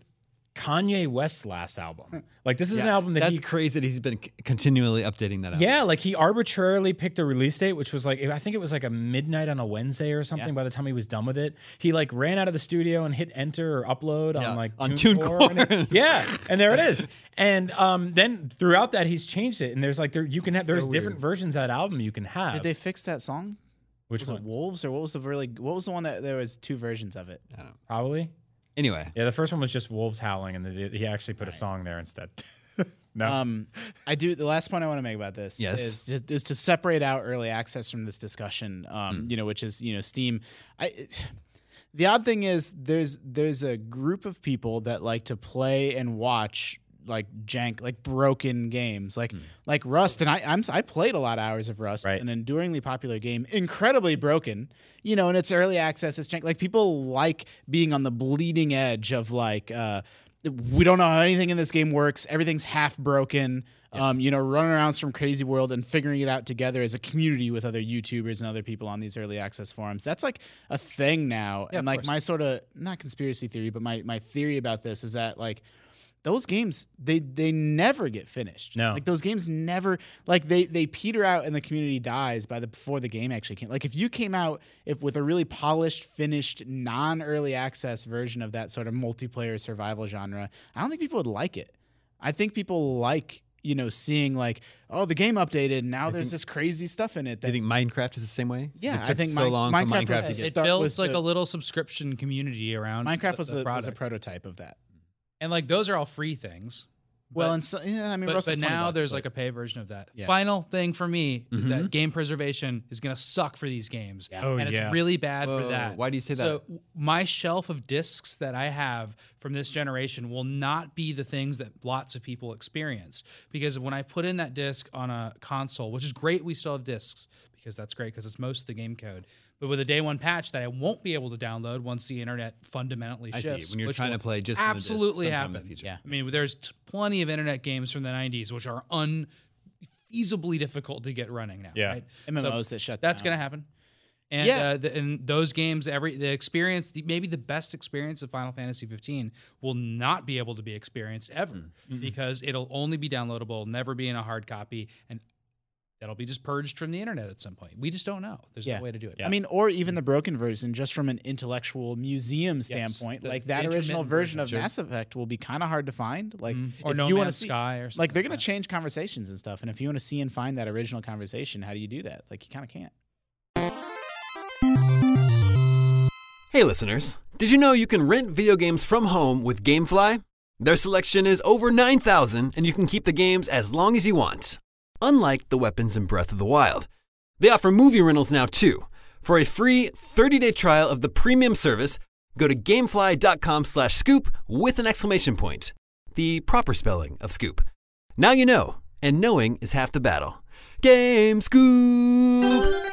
S6: Kanye West's last album. Like this is an album that
S1: That's
S6: he
S1: crazy that he's been c- continually updating that. Album.
S6: Yeah, like he arbitrarily picked a release date, which was like I think it was like a midnight on a Wednesday or something. By the time he was done with it, he like ran out of the studio and hit enter or upload
S1: Yeah,
S6: on like
S1: on
S6: TuneCore.
S1: TuneCore.
S6: and it- yeah, and there it is. And um, then throughout that, he's changed it, and there's like there you can have there's different versions of that album you can have.
S5: Did they fix that song?
S6: which
S5: Was it
S6: one?
S5: Wolves or what was the really what was the one that there was two versions of it?
S6: Probably.
S1: Anyway,
S6: Yeah, the first one was just wolves howling, and the, he actually put a song there instead. no.
S5: Um, I do. The last point I want to make about this
S1: Yes.
S5: is, to, is to separate out early access from this discussion. Um,
S6: Hmm.
S5: you know, which is you know Steam. I. It, the odd thing is there's there's a group of people that like to play and watch like jank like broken games like like Rust and I I'm I played a lot of hours of Rust
S6: Hmm. Right.
S5: an enduringly popular game incredibly broken you know and it's early access it's jank like people like being on the bleeding edge of like uh we don't know how anything in this game works everything's half broken um you know running around from crazy world and figuring it out together as a community with other YouTubers and other people on these early access forums that's like a thing now and like my sort of not conspiracy theory but my my theory about this is that like those games they they never get finished.
S6: No.
S5: like those games never like they they peter out and the community dies by the before the game actually came. Like if you came out if with a really polished, finished, non early access version of that sort of multiplayer survival genre, I don't think people would like it. I think people like you know seeing like oh the game updated and now there's this crazy stuff in it
S1: do you
S5: that
S1: think Minecraft is the same way?
S5: Yeah,
S1: it
S5: I
S1: took
S5: think
S1: so
S5: Mi-
S1: long
S5: Minecraft
S1: for Minecraft
S5: was-
S1: to get.
S5: it-
S4: It
S5: start
S4: builds
S5: was
S4: like a
S5: the-
S4: little subscription community around
S5: Minecraft
S4: the-
S5: was
S4: the
S5: a, was a
S4: product.
S5: prototype of that.
S4: and like those are all free things.
S5: well,
S4: But-
S5: and so yeah, I mean,
S4: but,
S5: Rust is
S4: but
S5: 20
S4: now
S5: bucks,
S4: there's
S5: but-
S4: like a pay version of that.
S5: Yeah.
S4: Final thing for me is that game preservation is going to suck for these games.
S6: Mm-hmm. Oh,
S4: and
S6: yeah.
S4: it's really bad
S1: Whoa,
S4: for that.
S1: why do you say that?
S4: So w- my shelf of discs that I have from this generation will not be the things that lots of people experience because when I put in that disc on a console, which is great we still have discs because that's great because it's most of the game code. But with a day one patch that I won't be able to download once the internet fundamentally
S1: I
S4: shifts,
S1: see. When you're
S4: which
S1: trying
S4: will
S1: to play just on the disc
S4: absolutely
S1: sometime in the
S4: happen.
S1: future.
S5: Yeah.
S4: I mean, there's t- plenty of internet games from the 90s which are unfeasibly difficult to get running now.
S6: Yeah.
S4: Right?
S5: MMOs that shut
S4: That's
S5: down.
S4: going to happen. And,
S5: Yeah.
S4: uh, the, and those games, every the experience, the, maybe the best experience of Final Fantasy 15 will not be able to be experienced ever because it'll only be downloadable, never be in a hard copy, and that'll be just purged from the internet at some point. We just don't know. There's
S5: Yeah.
S4: no way to do it.
S5: I mean, or even the broken version, just from an intellectual museum standpoint,
S4: the-
S5: like
S4: the
S5: that original
S4: intermittent
S5: version
S4: version,
S5: of
S4: sure.
S5: Mass Effect will be kind of hard to find. Like,
S4: Mm. or
S5: if
S4: No
S5: you want to
S4: Man's
S5: see,
S4: Sky or something.
S5: like they're
S4: that.
S5: gonna change conversations and stuff. And if you want to see and find that original conversation, how do you do that? Like, you kind of can't.
S7: Hey, listeners. Did you know you can rent video games from home with Gamefly? Their selection is over 9,000, and you can keep the games as long as you want, unlike the weapons in Breath of the Wild. They offer movie rentals now, too. For a free 30-day trial of the premium service, go to gamefly.com slash scoop with an exclamation point. The proper spelling of scoop. Now you know, and knowing is half the battle. Game Scoop!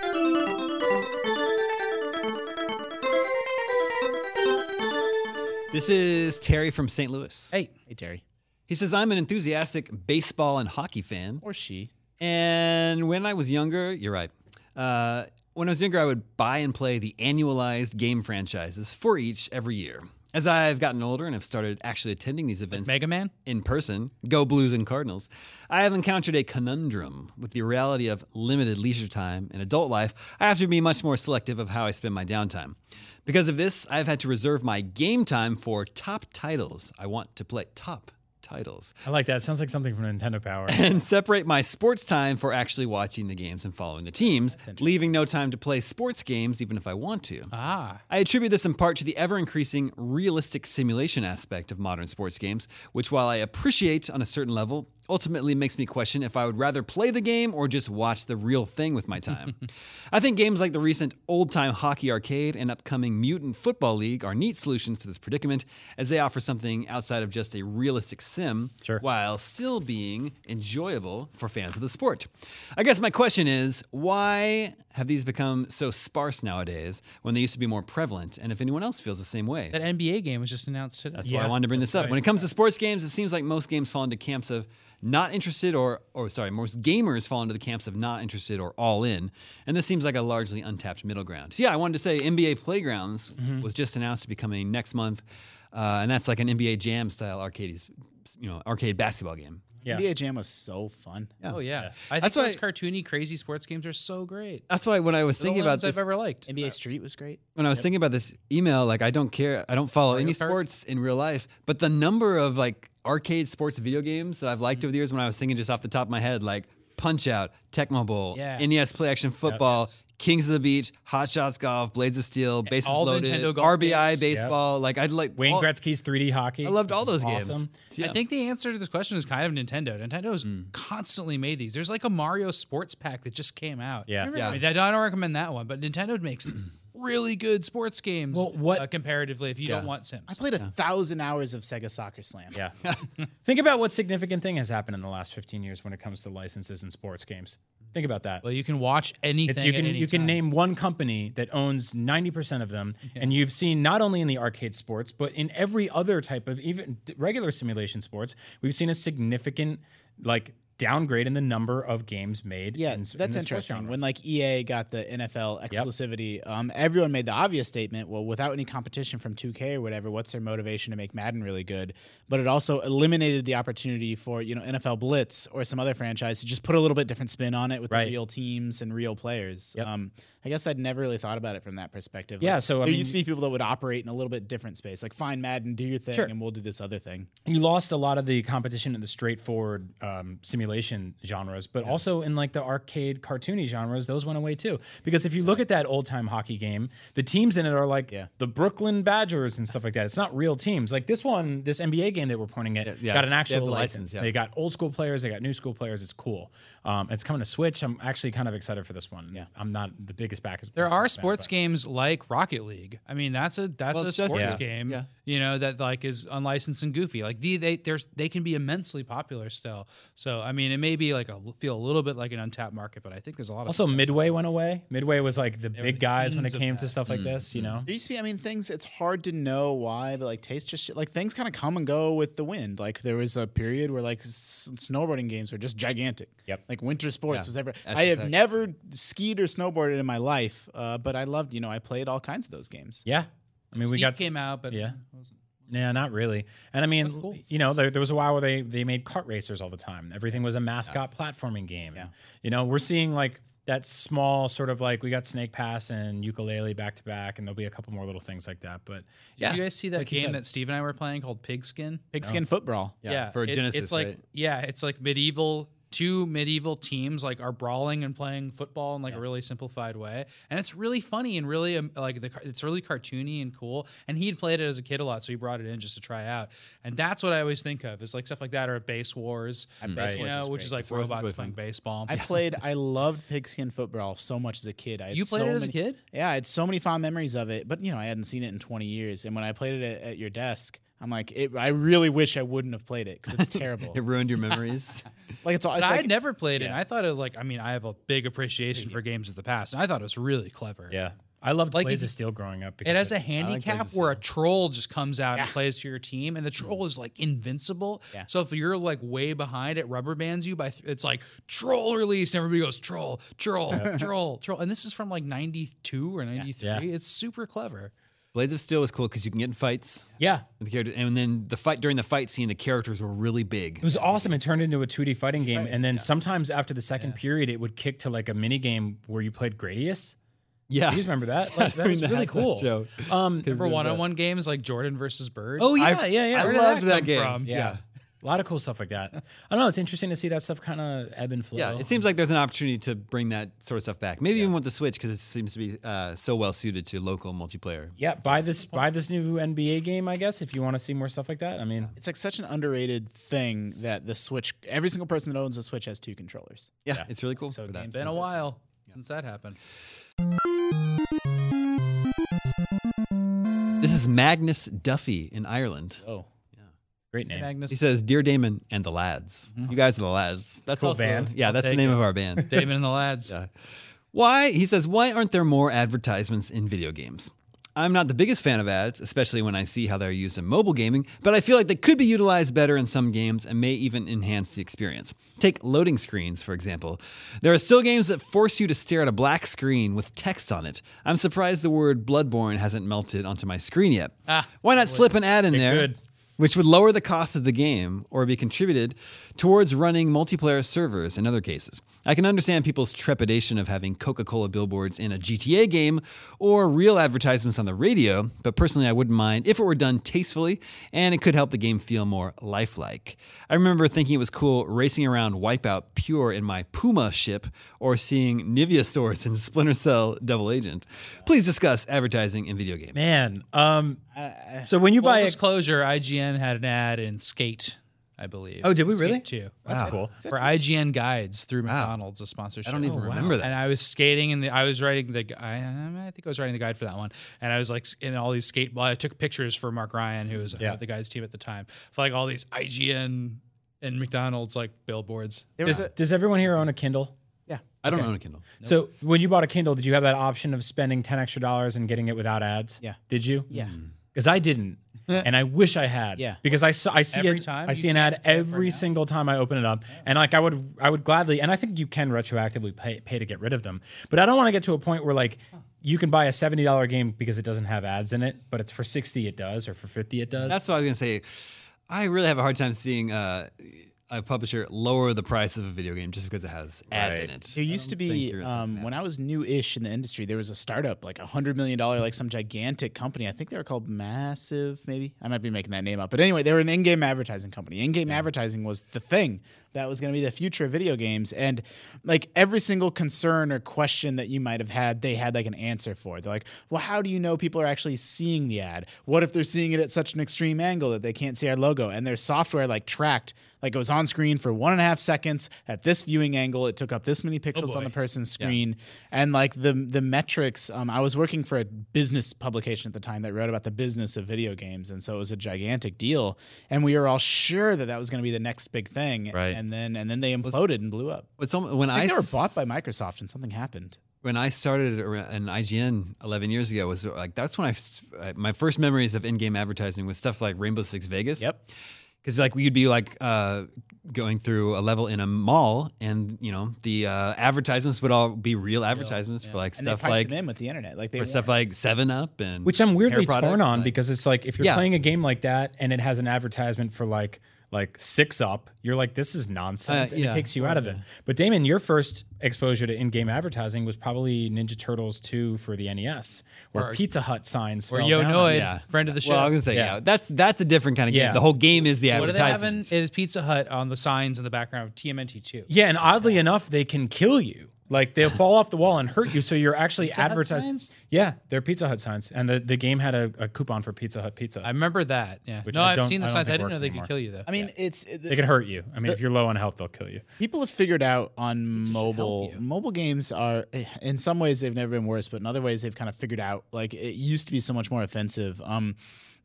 S1: This is Terry from St. Louis.
S4: Hey,
S5: Hey, Terry
S1: He says, I'm an enthusiastic baseball and hockey fan.
S5: or she.
S1: And when I was younger, you're right. Uh, when I was younger, I would buy and play the annualized game franchises for each every year. As I've gotten older and have started actually attending these events
S4: Mega Man?
S1: in person, go Blues and Cardinals, I have encountered a conundrum with the reality of limited leisure time in adult life. I have to be much more selective of how I spend my downtime. Because of this, I've had to reserve my game time for top titles. I want to play top titles
S6: I like that. Sounds like something from Nintendo Power.
S1: and separate my sports time for actually watching the games and following the teams, leaving no time to play sports games even if I want to.
S4: Ah.
S1: I attribute this in part to the ever increasing realistic simulation aspect of modern sports games, which, while I appreciate on a certain level, ultimately makes me question if I would rather play the game or just watch the real thing with my time. I think games like the recent Old Time Hockey Arcade and upcoming Mutant Football League are neat solutions to this predicament as they offer something outside of just a realistic sim
S6: Sure.
S1: while still being enjoyable for fans of the sport. I guess my question is why have these become so sparse nowadays when they used to be more prevalent and if anyone else feels the same way?
S4: That NBA game was just announced today.
S1: That's why I wanted to bring this up. When it comes to sports games, it seems like most games fall into camps of not interested or, or sorry, most gamers fall into the camps of not interested or all in. And this seems like a largely untapped middle ground. So yeah, I wanted to say NBA Playgrounds was just announced to be coming next month. Uh, and that's like an NBA Jam style arcade, you know, arcade basketball game.
S6: Yeah.
S5: NBA Jam was so fun.
S4: Oh yeah, I think
S1: That's
S4: those
S1: why-
S4: cartoony, crazy sports games are so great.
S1: That's why when I was
S4: They're
S1: thinking
S4: the
S1: about
S4: ones
S1: this,
S4: I've ever liked.
S5: NBA Street was great.
S1: when I was thinking about this email, like I don't care, I don't follow any
S4: Kart?
S1: sports in real life, but the number of like arcade sports video games that I've liked
S4: Mm-hmm.
S1: over the years, when I was thinking just off the top of my head, like Punch Out, Tecmo Bowl, E
S4: Yeah.
S1: NES Play Action Football, Kings of the Beach, Hot Shots Golf, Blades of Steel, Bases
S4: all the
S1: Loaded,
S4: Nintendo golf
S1: RBI
S4: games.
S1: baseball. Like I'd like
S6: Wayne
S1: all-
S6: Gretzky's 3D hockey.
S1: I loved all
S6: This is
S1: those games.
S6: awesome.
S1: Yeah.
S4: I think the answer to this question is kind of Nintendo. Nintendo's constantly made these. There's like a Mario Sports Pack that just came out.
S6: Yeah.
S1: Yeah.
S4: I, mean, I don't recommend that one, but Nintendo makes really good sports games.
S6: Well, what-
S4: uh, comparatively if you don't want Sims?
S5: I played a thousand hours of Sega Soccer Slam.
S6: Yeah. Think about what significant thing has happened in the last 15 years when it comes to licenses and sports games. Think about that.
S4: well, you can watch anything.
S6: It's, you
S4: at
S6: can
S4: any
S6: you can
S4: time.
S6: name one company that owns 90% of them and you've seen not only in the arcade sports but in every other type of even d- regular simulation sports we've seen a significant like downgrade in the number of games made
S5: Yeah,
S6: in s- in
S5: that's
S6: the sports
S5: interesting.
S6: genres.
S5: When like EA got the NFL exclusivity, um, everyone made the obvious statement: well, without any competition from 2K or whatever, what's their motivation to make Madden really good? But it also eliminated the opportunity for you know NFL Blitz or some other franchise to just put a little bit different spin on it with
S6: Right.
S5: the real teams and real players. Um, I guess I'd never really thought about it from that perspective.
S6: Yeah,
S5: Like,
S6: so, I
S5: there
S6: mean-
S5: used to be people that would operate in a little bit different space, like find Madden, do your thing,
S6: Sure.
S5: and we'll do this other thing.
S6: you lost a lot of the competition in the straightforward um, simulation genres, but also in like the arcade cartoony genres, those went away too. Because if you look at that old time hockey game, the teams in it are like
S5: Yeah.
S6: the Brooklyn Badgers and stuff like that. It's not real teams. Like this one, this NBA game that we're pointing at
S1: yeah,
S6: got an
S1: they have
S6: actual
S1: the
S6: license.
S1: license, yeah.
S6: They got old school players, they got new school players. It's cool. Um, it's coming to Switch. I'm actually kind of excited for this one.
S5: Yeah.
S6: I'm not the biggest back.
S4: There are sports games like Rocket League. I mean, that's a that's
S1: Well,
S4: a
S1: it's just-
S4: sports
S1: Yeah.
S4: game.
S1: Yeah.
S4: You know that like is unlicensed and goofy. Like the they there's they can be immensely popular still. So I mean, it may be like a feel a little bit like an untapped market, but I think there's a lot of
S6: Also,
S4: potential.
S6: Midway went away. Midway was like the
S4: were
S6: big
S4: the
S6: guys when it
S4: kings of
S6: came to
S4: that.
S6: stuff like this, you know?
S5: There used to be, I mean, things, it's hard to know why, but like taste just like things kind of come and go with the wind. Like there was a period where like s- snowboarding games were just gigantic.
S6: Yep.
S5: Like winter sports
S1: Yeah.
S5: was ever.
S1: SSX.
S5: I have never skied or snowboarded in my life, uh, but I loved, you know, I played all kinds of those games.
S6: Yeah. I mean, we
S4: Steep
S6: got
S4: came out, but
S6: yeah. Yeah, not really. And I mean, you know, there, there was a while where they they made kart racers all the time. Everything was a mascot platforming game.
S5: Yeah.
S6: You know, we're seeing like that small sort of like we got Snake Pass and ukulele back to back, and there'll be a couple more little things like that. But yeah,
S4: Did you guys see that
S6: like you
S4: game
S6: said.
S4: that Steve and I were playing called Pigskin?
S5: Pigskin football.
S1: Yeah, for Genesis,
S4: It's like
S1: right?
S4: yeah, it's like medieval. Two medieval teams like are brawling and playing football in like a really simplified way, and it's really funny and really um, like the car- it's really cartoony and cool. And he had played it as a kid a lot, so he brought it in just to try out. And that's what I always think of is like stuff like that or base wars,
S5: Base
S4: you
S5: Wars
S4: know,
S5: was
S4: which
S5: great.
S4: is like
S1: Wars was
S4: robots
S1: really
S4: playing
S1: fun.
S4: baseball.
S5: I played, I loved pigskin football so much as a kid. I had
S4: You played
S5: so
S4: it as a
S5: many-
S4: kid?
S5: Yeah, I had so many fond memories of it, but you know, I hadn't seen it in 20 years. And when I played it at, at your desk, I'm like, it, I really wish I wouldn't have played it because it's terrible.
S1: It ruined your memories.
S5: like it's all. It's
S4: But I
S5: like,
S4: had never played it. And I thought it was like I mean I have a big appreciation for games of the past, and I thought it was really clever.
S6: yeah, I loved
S4: Like,
S6: Blades
S4: if
S6: of
S4: you-
S6: Steel growing up.
S4: It
S6: because
S4: has a handicap
S1: Blades of
S4: where a troll just comes out and plays for your team, and the
S1: Mm-hmm.
S4: troll is like invincible. So if you're like way behind, it rubber bands you by. Th- it's like troll release, and everybody goes troll, troll, troll, troll. And this is from like '92 or '93.
S6: Yeah.
S4: It's super clever.
S1: Blades of Steel was cool because you can get in fights.
S6: yeah,
S1: with the character- And then the fight during the fight scene, the characters were really big.
S6: It was awesome. It turned into a 2D fighting game, and then sometimes after the second period, it would kick to like a mini game where you played Gradius.
S1: yeah.
S6: Do you remember that? Like, that was really
S1: That's a
S6: cool.
S1: joke.
S6: Um,
S4: For one-on-one games like Jordan versus Bird.
S6: oh yeah,
S1: I-
S6: yeah, yeah.
S1: I
S4: Where did
S1: loved
S4: that
S1: that
S4: come
S1: game.
S4: from?
S1: Yeah.
S6: A lot of cool stuff like that. I don't know. It's interesting to see that stuff kind of ebb and flow.
S1: Yeah, it seems like there's an opportunity to bring that sort of stuff back. Maybe even with the Switch because it seems to be uh, so well suited to local multiplayer.
S6: Yeah, buy this buy this new NBA game, I guess, if you want to see more stuff like that. I mean,
S5: It's like such an underrated thing that the Switch, every single person that owns a Switch has two controllers.
S1: Yeah, it's really cool
S5: So
S1: for that.
S5: games-
S4: Been a while since that happened.
S1: This is Magnus Duffy in Ireland.
S5: Oh,
S6: great name.
S4: Magnus
S1: He says, "Dear Damon and the lads, you guys are the lads." That's
S6: Cool
S1: also-
S6: band.
S1: Yeah, that's the
S4: take
S1: name
S4: it.
S1: of our band.
S4: Damon and the lads.
S1: Yeah. Why? He says, why aren't there more advertisements in video games? I'm not the biggest fan of ads, especially when I see how they're used in mobile gaming, but I feel like they could be utilized better in some games and may even enhance the experience. Take loading screens, for example. There are still games that force you to stare at a black screen with text on it. I'm surprised the word Bloodborne hasn't melted onto my screen yet. Why not slip an ad in there?
S6: could.
S1: which would lower the cost of the game or be contributed towards running multiplayer servers in other cases. I can understand people's trepidation of having Coca Cola billboards in a GTA game or real advertisements on the radio, but personally, I wouldn't mind if it were done tastefully and it could help the game feel more lifelike. I remember thinking it was cool racing around Wipeout Pure in my Puma ship or seeing Nivea stores in Splinter Cell Double Agent. Please discuss advertising in video games.
S6: Man, um, so when you
S4: Full
S6: buy a
S4: disclosure, IGN had an ad in Skate, I believe.
S6: Oh, did we
S4: Skate
S6: really?
S4: Two.
S6: That's cool.
S4: For IGN guides through McDonald's, a sponsorship.
S1: I don't even
S4: Oh, wow.
S1: remember that.
S4: And I was skating, and the, I was writing the. gu- I, I think I was writing the guide for that one, and I was like s- in all these skate. Well, I took pictures for Mark Ryan, who was uh,
S6: Yeah.
S4: the guys team at the time, for like all these IGN and McDonald's like billboards.
S5: there was
S6: does,
S5: a,
S6: does everyone here own a Kindle?
S5: yeah.
S1: I don't own a Kindle.
S6: So when you bought a Kindle, did you have that option of spending ten extra dollars and getting it without ads?
S5: Yeah.
S6: Did you?
S5: Yeah.
S6: Because I didn't, and I wish I had.
S5: Yeah.
S6: Because I saw, I see
S4: Every
S6: it-
S4: time
S6: I
S4: you
S6: see an ad every single time I open it up, and like I would I would gladly, and I think you can retroactively pay, pay to get rid of them, but I don't want to get to a point where like you can buy a seventy dollar game because it doesn't have ads in it, but it's for sixty it does, or for fifty it does.
S1: That's what I was gonna say. I really have a hard time seeing uh, a publisher lower the price of a video game just because it has ads in it.
S5: There used to
S1: think
S5: be
S1: you're- that's
S5: um, when I was new-ish in the industry. There was a startup, like a hundred million dollar, like some gigantic company. I think they were called Massive. Maybe I might be making that name up, but anyway, they were an in-game advertising company. In-game advertising was the thing that was going to be the future of video games, and like every single concern or question that you might have had, they had like an answer for. They're like, well, how do you know people are actually seeing the ad? What if they're seeing it at such an extreme angle that they can't see our logo? And their software like tracked like it was on screen for one and a half seconds at this viewing angle. It took up this
S1: Oh,
S5: many pixels on the person's screen, and like the the metrics. Um, I was working for a business publication at the time that wrote about the business of video games, and so it was a gigantic deal. And we were all sure that that was going to be the next big thing.
S1: Right.
S5: And then and then they imploded and blew up.
S1: It's almo- when
S5: I
S1: I,
S5: think they were
S1: s-
S5: bought by Microsoft, and something happened.
S1: when I started ar- an IGN 11 years ago was like that's when I s- uh, my first memories of in-game advertising was stuff like Rainbow Six Vegas.
S5: Yep.
S1: because like you'd be like uh, going through a level in a mall and you know the uh, advertisements would all be real advertisements for like
S5: And
S1: stuff
S5: they piped
S1: like
S5: them in with the internet, like they
S1: for stuff like Seven Up and
S6: which I'm weirdly
S1: hair products,
S6: torn on
S1: like-
S6: because it's like if you're
S1: Yeah.
S6: playing a game like that and it has an advertisement for like like six up, you're like this is nonsense,
S1: Uh,
S6: and
S1: yeah.
S6: it takes you out of it. But Damon, your first exposure to in-game advertising was probably Ninja Turtles 2 for the NES, where Pizza Hut signs
S4: Or
S6: fell
S4: Yo
S6: down.
S4: Noid,
S1: Yeah.
S4: friend of the show.
S1: Well, I was gonna say yeah.
S6: Yeah.
S1: That's that's a different kind of game.
S6: Yeah.
S1: The whole game is the
S4: what do they have
S1: advertisement.
S4: in? It is Pizza Hut on the signs in the background of TMNT Two.
S6: Yeah, and oddly enough, they can kill you. Like they'll fall off the wall and hurt you. So you're actually
S4: Hut
S6: advertising.
S4: signs?
S6: Yeah, they're Pizza Hut signs, and the, the game had a, a coupon for Pizza Hut pizza.
S4: I remember that. Yeah.
S6: Which
S4: no,
S6: I
S4: I've
S6: don't-
S4: seen the
S6: I don't
S4: signs. I
S6: think
S4: didn't
S6: works
S4: know they
S6: anymore.
S4: could kill you though.
S5: I mean, it's it,
S6: they can hurt you. I mean, if you're low on health, they'll kill you.
S5: people have figured out on mobile
S4: you.
S5: mobile games are eh, in some ways they've never been worse but in other ways they've kind of figured out like it used to be so much more offensive um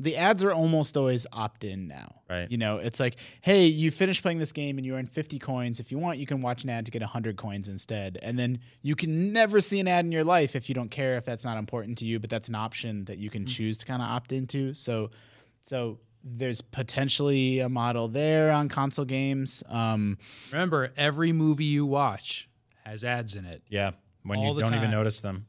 S5: the ads are almost always opt-in now
S6: Right.
S5: you know it's like hey you finished playing this game and you earn 50 coins if you want you can watch an ad to get 100 coins instead and then you can never see an ad in your life if you don't care if that's not important to you but that's an option that you can choose to kind of opt into so so there's potentially a model there on console games um,
S4: remember every movie you watch has ads in it.
S6: Yeah, when
S4: All
S6: you
S4: the
S6: don't even
S4: time.
S6: notice them.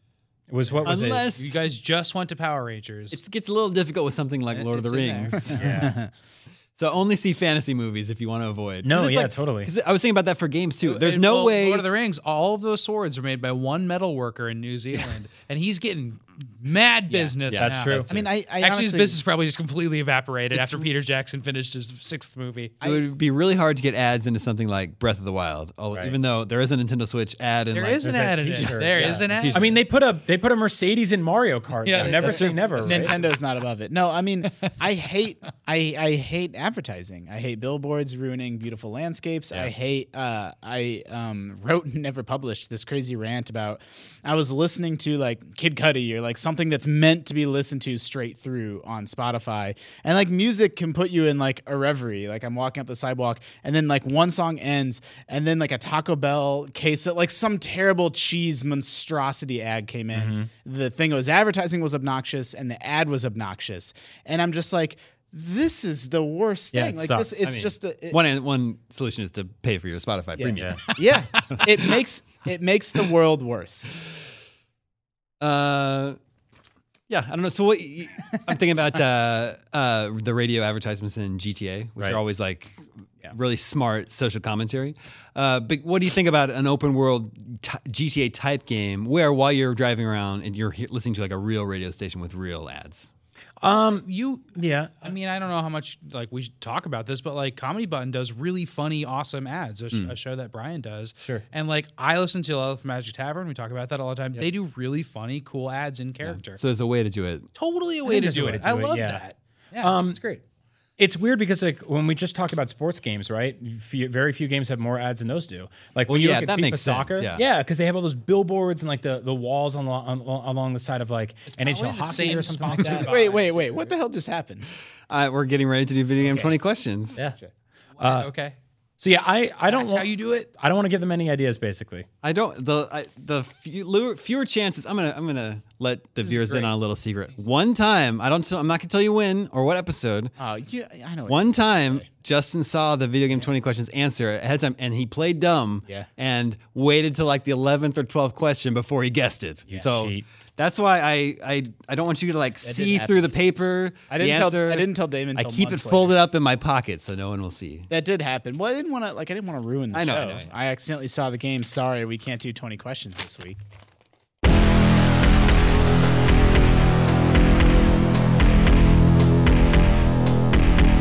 S6: It was what was it?
S1: Unless
S4: You guys just went to Power Rangers.
S1: it gets a little difficult with something like Lord of the
S5: it's in there.
S1: Rings. so only see fantasy movies if you want to avoid.
S6: No,
S1: 'Cause it's
S6: yeah,
S1: like-
S6: totally.
S1: 'cause I was thinking about that for games too. There's
S4: And,
S1: no
S4: well,
S1: way.
S4: Lord of the Rings. All of those swords are made by one metal worker in New Zealand, and he's getting mad business.
S6: That's
S4: now.
S6: true.
S4: Actually,
S5: I mean, I, I
S4: his
S5: honestly,
S4: business probably just completely evaporated after Peter Jackson finished his sixth movie.
S1: it would be really hard to get ads into something like Breath of the Wild, al-
S6: Right.
S1: even though there is a Nintendo Switch ad. And
S4: There
S1: like,
S4: is an
S6: there's that
S4: ad in it.
S6: t-shirt.
S4: There
S6: Yeah,
S4: is an
S1: the
S4: ad.
S1: t-shirt.
S6: I mean, they put a they put a Mercedes in Mario Kart.
S4: Yeah,
S6: Yeah, never
S1: that's
S6: say
S1: true.
S6: never. right?
S5: Nintendo's not above it. No, I mean, I hate, I, I hate advertising. I hate billboards ruining beautiful landscapes. I hate. Uh, I um, wrote and never published this crazy rant about. I was listening to like Kid Cudi or like something that's meant to be listened to straight through on Spotify, and like music can put you in like a reverie. Like I'm walking up the sidewalk, and then like one song ends, and then like a Taco Bell case, like some terrible cheese monstrosity ad came in.
S1: Mm-hmm.
S5: The thing it was advertising was obnoxious, and the ad was obnoxious, and I'm just like, this is the worst
S6: Yeah,
S5: thing.
S6: it
S5: Like
S6: sucks.
S5: this, it's
S1: I mean,
S5: just a, it-
S1: one one solution is to pay for your Spotify premium.
S5: yeah. It makes it makes the world worse.
S1: Uh, yeah, I don't know. So what y- I'm thinking about uh, uh, the radio advertisements in GTA, which
S6: Right.
S1: are always like really smart social commentary. Uh, but what do you think about an open world t- GTA type game where while you're driving around and you're he- listening to like a real radio station with real ads?
S6: Um.
S4: you
S6: Yeah.
S4: I mean, I don't know how much like we should talk about this, but like Comedy Button does really funny, awesome ads. A,
S1: Hmm.
S4: sh- a show that Brian does,
S6: Sure.
S4: And like I listen to Love Magic Tavern. We talk about that all the time. They do really funny, cool ads in character.
S1: So there's a way to do it.
S4: totally a
S6: I
S4: way
S6: think
S4: to
S6: there's a
S4: do
S6: way
S4: it.
S6: to
S4: I
S6: do it,
S4: love
S6: yeah.
S4: that. Yeah,
S6: Um,
S4: it's great.
S6: It's weird because like when we just talked about sports games, right? Few, very few games have more ads than those do. Like when
S1: Well,
S6: you
S1: yeah,
S6: look at
S1: that
S6: FIFA
S1: makes sense,
S6: soccer,
S1: yeah.
S6: because they have all those billboards and like the, the walls on, on, along the side of like
S4: probably
S6: NHL
S4: the
S6: hockey
S4: same
S6: or something like
S4: sponsor
S6: that.
S4: by-
S5: Wait, wait, wait. What the hell just happened?
S1: Uh, we're getting ready to do video game 20 questions.
S6: Yeah.
S1: uh,
S4: okay.
S6: So yeah, I I don't
S4: That's
S6: wa-
S4: how you do it?
S6: I don't want to give them any ideas. Basically,
S1: I don't the I, the few, fewer chances. I'm gonna I'm gonna let the viewers in on a little secret. One time, I don't. I'm not gonna tell you when or what episode.
S5: Oh, you, I know. what-
S1: One time, Justin saw the video game 20 questions answer ahead of time, and he played dumb.
S5: Yeah.
S1: And waited till like the 11th or 12th question before he guessed it. so
S6: cheat.
S1: that's why I, I I don't want you to like see
S5: happen.
S1: through the paper.
S5: I didn't
S1: the
S5: tell-
S1: answer.
S5: I didn't tell Damon
S1: I
S5: till
S1: keep it
S5: months
S1: folded up in my pocket so no one will see.
S5: That did happen. Well, I didn't want to like I didn't want to ruin the
S1: I know,
S5: show.
S1: I know, I know.
S5: accidentally saw the game. Sorry, we can't do 20 questions this week.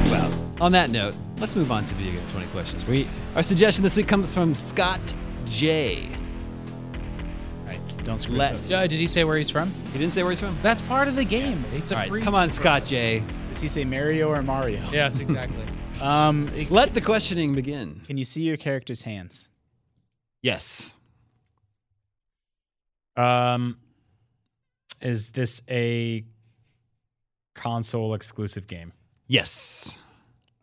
S1: Well, on that note, let's move on to video game 20 questions. We Our suggestion this week comes from Scott J.
S5: All right. Don't screw
S1: Let-
S5: us up.
S4: So, did he say where he's from?
S1: He didn't say where he's from.
S4: That's part of the game. It's a
S1: All right,
S4: free.
S1: come on, Scott J.
S5: Does he say Mario or Mario?
S4: Yes, exactly.
S5: Um,
S1: Let the questioning begin.
S5: can you see your character's hands?
S1: Yes.
S6: um, is this a console exclusive game?
S1: Yes.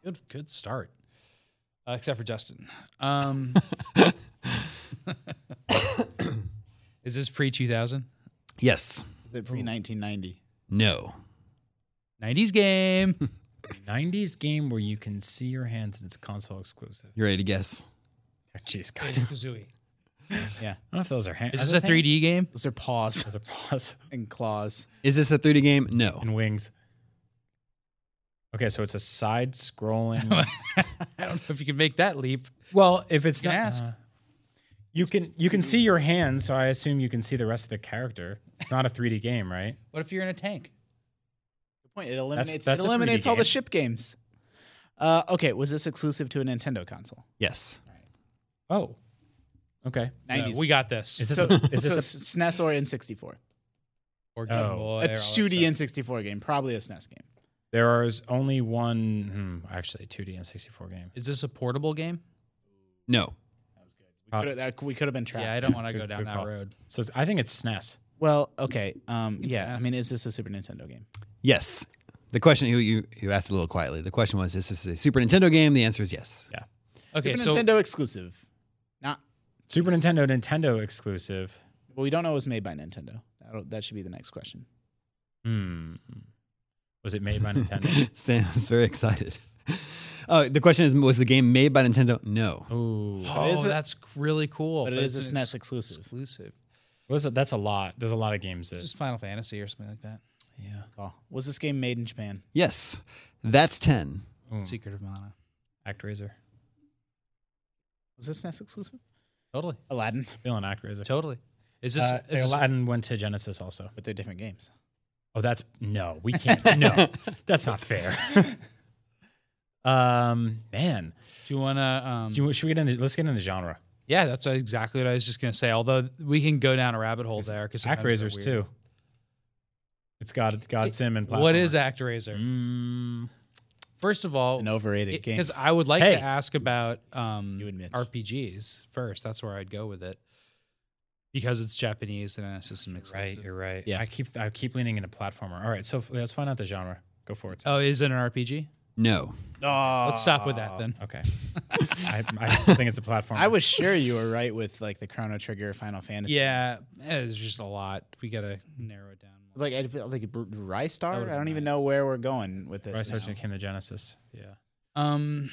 S4: good, good start. Uh, except for Justin. Um, is this pre 2000?
S1: Yes.
S5: Is it pre 1990?
S1: No.
S4: 90s game.
S6: 90s game where you can see your hands and it's console exclusive.
S1: You ready to guess?
S6: Oh, Jeez, God. I don't
S4: Banjo-Kazooie.
S6: know if those are hands.
S4: Is this a 3D game?
S5: Those are paws
S6: Those are paws
S5: and claws.
S1: Is this a 3D game? No.
S6: and wings. Okay, so it's a side scrolling.
S4: I don't know if you can make that leap.
S6: well, if it's
S4: You
S6: not,
S4: can ask.
S6: uh, you can you can see your hands, so I assume you can see the rest of the character. It's not a 3D game, right?
S4: What if you're in a tank?
S5: Good point. It eliminates
S6: that's a
S5: it
S6: 3D
S5: eliminates all the
S6: game.
S5: ship games. Uh, okay, was this exclusive to a Nintendo console?
S1: Yes.
S6: Oh, okay.
S5: 90s.
S4: we got this.
S6: Is this
S5: so,
S6: a, is
S5: so
S6: this
S5: s- SNES or N64?
S4: or Game
S6: Oh.
S4: Boy, or
S5: A
S4: all that
S5: 2D
S4: stuff.
S5: N64 game, probably a SNES game.
S6: a, there is only one hmm, actually 2D and 64 game.
S4: Is this a portable game?
S1: No.
S6: Uh,
S5: Coulda- that- we could have been trapped.
S4: Yeah, I don't want to
S6: Good-
S4: go down
S6: good
S4: that
S6: call.
S4: road.
S6: So it's, I think it's E SNES.
S5: Well, okay. Um, yeah, I
S4: ask.
S5: mean, is this a Super Nintendo game?
S1: Yes. The question you, you you asked a little quietly. The question was, is this a Super Nintendo game? The answer is yes.
S4: Okay,
S5: Super
S4: so
S5: Nintendo exclusive. Not.
S6: Super Nintendo, Nintendo exclusive.
S5: Well, we don't know it was made by Nintendo. That'll, that should be the next question.
S6: Hmm. Was it made by Nintendo?
S1: Sam's very excited. Oh, the question is, was the game made by Nintendo? No.
S6: Ooh.
S4: oh,
S5: it is a-
S4: that's really cool.
S5: but it is
S4: Oh, it's
S5: a
S6: E
S4: an
S5: SNES exclusive.
S4: Exclusive,
S6: Well, that's a- that's a lot. There's a lot of games that.
S4: just Final Fantasy or something like that.
S6: yeah.
S5: Oh, was this game made in Japan?
S1: Yes. That's 10.
S6: Hmm.
S4: Secret of Mana.
S6: ActRaiser.
S5: Was this SNES exclusive?
S4: Totally,
S5: Aladdin.
S6: Feeling ActRaiser.
S4: totally. Is this,
S6: Uh,
S4: is this-
S6: Aladdin went to Genesis also.
S5: but they're different games.
S6: Oh, that's no, we can't. no, that's not fair. um, man,
S4: do you want to? Um,
S6: Do you- should we get into? Let's get into genre.
S4: yeah, that's exactly what I was just gonna say. Although we can go down a rabbit hole there because
S6: ActRaisers too. It's God, God Sim and platformer.
S4: What is ActRaiser?
S6: Mm,
S4: First of all,
S5: An overrated game.
S4: because I would like
S6: Hey.
S4: to ask about um,
S5: You and Mitch.
S4: RPGs first. That's where I'd go with it because it's Japanese and a system exclusive.
S6: right, you're right.
S5: Yeah.
S6: I keep I keep leaning into platformer. All right, so f- let's find out the genre. Go for it.
S4: Oh, is it an RPG?
S1: No.
S4: Let's stop with that
S5: Ah,
S4: then.
S6: Okay. I, I still think it's a platform.
S5: I was sure you were right with like the Chrono Trigger, Final Fantasy.
S4: Yeah, it's just a lot. We gotta narrow it down.
S5: Like I like Rystar. I
S4: would've
S5: don't
S4: been
S5: even
S4: nice.
S5: know where we're going with
S6: Right,
S5: this.
S6: searching
S5: now.
S6: came to Genesis. Yeah, I
S4: Um,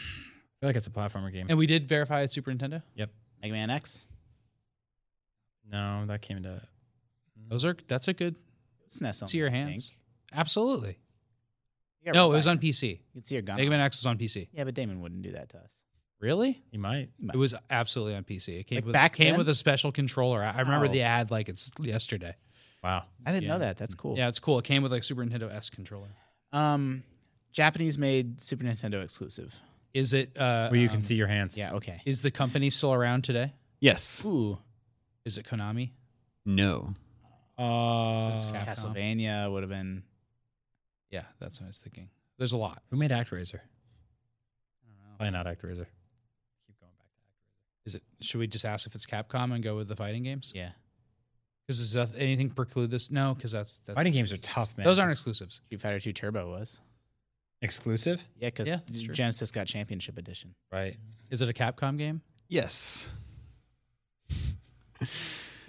S6: feel like it's a platformer game.
S4: and we did verify it's Super Nintendo.
S5: Mega Man X.
S6: No, that came to.
S5: Mm-hmm.
S4: Those are that's a good.
S5: SNES.
S4: See your
S5: E only, I
S4: hands.
S5: think.
S4: Absolutely.
S5: You got
S4: No, it was
S5: Revive.
S4: on PC.
S5: You can see your gun.
S4: Mega Man X was on PC.
S5: Yeah, but Damon wouldn't do that to us.
S4: Really?
S6: You might.
S5: No.
S4: It was absolutely on PC. It came
S5: Like
S4: with
S5: back
S4: came
S5: then?
S4: with a special controller. I, I remember
S5: Oh.
S4: the ad like it's yesterday.
S6: Wow.
S5: I didn't
S4: Yeah.
S5: know that. That's cool.
S4: Yeah, it's cool. It came with like Super Nintendo S controller.
S5: Um, Japanese made Super Nintendo exclusive.
S4: Is it? Uh,
S6: Well, you
S4: um,
S6: can see your hands.
S5: Yeah. Okay.
S4: Is the company still around today?
S1: Yes.
S5: Ooh.
S4: Is it Konami?
S1: No.
S6: Uh,
S4: Capcom.
S5: Castlevania would have been.
S4: Yeah, that's what I was thinking. There's a lot.
S6: who made ActRaiser? Probably not ActRaiser. Keep going back.
S4: Is it? Should we just ask if it's Capcom and go with the fighting games?
S5: Yeah.
S4: Because does that- anything preclude this? No, because that's, that's
S6: Fighting games are tough, man.
S4: Those aren't exclusives.
S5: Street Fighter Two Turbo was.
S6: exclusive,
S5: Yeah, because
S4: Yeah, that's true.
S5: Genesis got Championship Edition.
S6: right?
S4: Is it a Capcom game?
S1: Yes.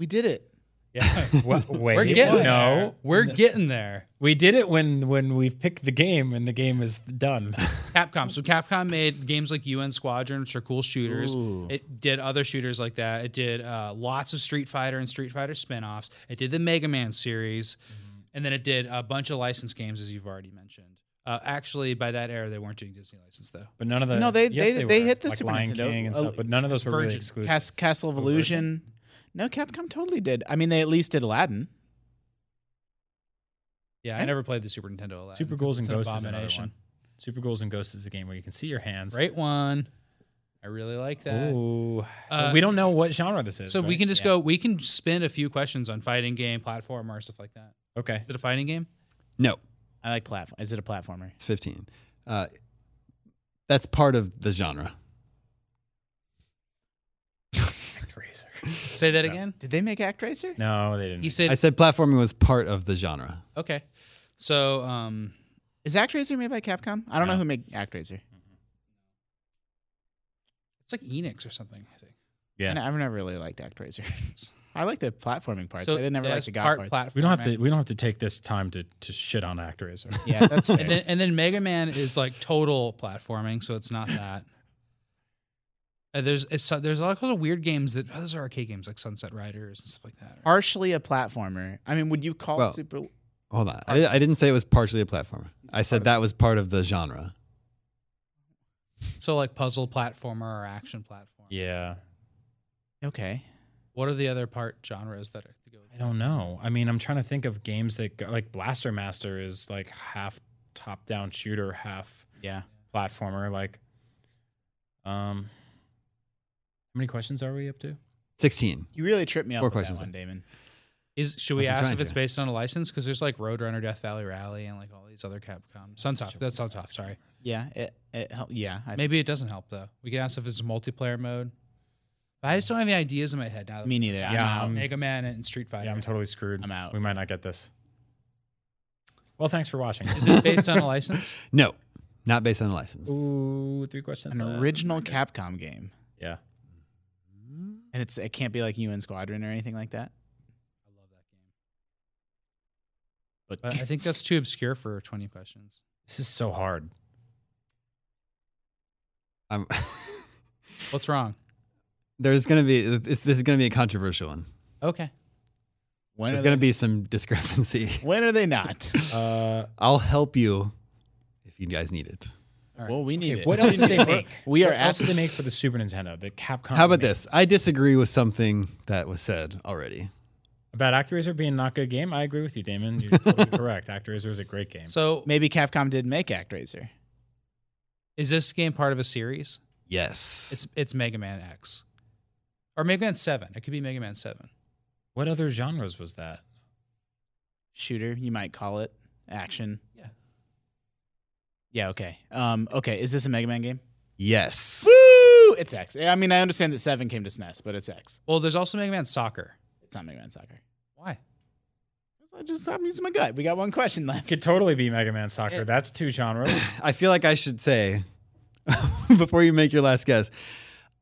S5: We did it.
S4: Yeah,
S6: what, wait,
S4: we're getting there.
S6: no,
S4: We're getting there.
S6: we did it when when we've picked the game and the game is done.
S4: Capcom. So Capcom made games like UN Squadron, which are cool shooters.
S5: Ooh.
S4: It did other shooters like that. It did uh, lots of Street Fighter and Street Fighter spin-offs. It did the Mega Man series,
S6: Mm-hmm.
S4: and then it did a bunch of licensed games, as you've already mentioned. Uh, actually, by that era, they weren't doing Disney license though.
S6: But none of the
S5: No, they-
S6: yes,
S5: they- they
S6: were,
S5: hit the
S6: like
S5: Super
S6: Lion
S5: Nintendo.
S6: King and
S5: Uh,
S6: stuff, but none of those were really
S4: Virgin.
S6: exclusive.
S5: Cas- Castle of Illusion. No, Capcom totally did. I mean, they at least did Aladdin.
S4: Yeah, I
S5: Right.
S4: never played the Super Nintendo. Aladdin,
S6: Eh. Super
S4: 'cause
S6: Ghouls and
S4: it's an
S6: Ghosts is another
S4: abomination.
S6: one. Super Ghouls and Ghosts is a game where you can see your hands.
S4: Great one. I really like that.
S6: Ooh.
S4: Uh,
S6: we don't know what genre this is.
S4: So we
S6: right?
S4: can just go. We can spin a few questions on fighting game, platformer, stuff like that.
S6: Okay.
S4: Is it a fighting game?
S1: No.
S5: I like platform. Is it a platformer?
S1: It's 15. Uh, that's part of the genre.
S6: ActRaiser.
S4: Say that again.
S5: Did they make ActRaiser?
S6: No, they didn't.
S4: He
S1: I
S4: said,
S1: said platforming was part of the genre.
S4: "Okay." So, um,
S5: Is ActRaiser made by Capcom? I don't know who made ActRaiser.
S4: It's like Enix or something, I think.
S6: Yeah.
S5: And I've never really liked ActRaiser. I like the platforming parts. I didn't ever like
S4: that's
S5: the god
S4: part
S5: parts.
S4: platform.
S6: we don't have to. We don't have to take this time to to shit on ActRaiser.
S5: yeah, that's fair.
S4: And then, and then Mega Man is like total platforming, so it's not that. Uh, there's it's, so- there's a lot of weird games that oh, those are arcade games like Sunset Riders and stuff like that. right?
S5: partially a platformer. I mean, would you call
S1: Well,
S5: Super?
S1: Hold on. I, I didn't say it was partially a platformer. I said that was part of the genre.
S4: So like puzzle platformer or action platform.
S6: yeah.
S5: Okay,
S4: What are the other part genres that are to go?
S6: I don't know. I mean, I'm trying to think of games that go, like Blaster Master is like half top down shooter, half
S5: yeah.
S6: platformer. Like, um, how many questions are we up to?
S1: 16.
S5: You really tripped me up.
S1: Four
S5: with that
S1: questions
S5: one,
S1: then.
S5: Damon.
S4: Is should we
S1: Wasn't
S4: ask
S1: trying
S4: if it's
S1: to.
S4: based on a license? Because there's like Roadrunner, Death Valley Rally, and like all these other Capcom Sunsoft. That's Sunsoft. Sorry.
S5: Yeah, it, it helped. Yeah, I,
S4: Maybe it doesn't help though. We can ask if it's multiplayer mode. But I just don't have any ideas in my head now. that
S5: me neither.
S6: Yeah,
S5: Yeah,
S6: I'm-
S7: Um,
S4: Mega Man and Street Fighter.
S6: Yeah, I'm totally screwed.
S5: I'm out.
S6: We might not get this. Well, thanks for watching.
S4: Is it based on a license?
S1: No, not based on a license.
S6: Ooh, three questions.
S5: an
S6: left.
S5: original Capcom game,
S6: Yeah.
S5: and it's it can't be like UN Squadron or anything like that. I love that
S4: But
S5: game.
S4: I think that's too obscure for 20 questions.
S6: This is so hard.
S1: I'm-
S4: What's wrong?
S1: there's going to be, it's, this is going to be a controversial one.
S4: Okay.
S5: when
S1: There's
S5: are
S1: going to
S5: they-
S1: be some discrepancy.
S5: When are they not?
S6: Uh,
S1: I'll help you if you guys need it.
S5: Well, we need it.
S6: what else did they make?
S5: We are
S6: What else did
S5: asking.
S6: they make for the Super Nintendo? The Capcom.
S1: How about
S6: remake?
S1: this? I disagree with something that was said already.
S6: About ActRaiser being not a good game, I agree with you, Damon. You're totally correct. ActRaiser is a great game.
S4: So
S5: Maybe Capcom did make ActRaiser.
S4: is this game part of a series?
S7: Yes.
S4: It's it's Mega Man X, or Mega Man Seven. It could be Mega Man Seven.
S6: What other genres was that?
S5: Shooter, you might call it. Action.
S4: Yeah.
S5: Yeah, okay. Um, okay, is this a Mega Man game?
S7: yes.
S5: Woo! It's X. I mean, I understand that 7 came to SNES, but it's X.
S4: Well, there's also Mega Man Soccer.
S5: It's not Mega Man Soccer.
S4: Why?
S5: I just I'm using my gut. We got one question left.
S6: Could totally be Mega Man Soccer. That's two genres.
S7: I feel like I should say before you make your last guess.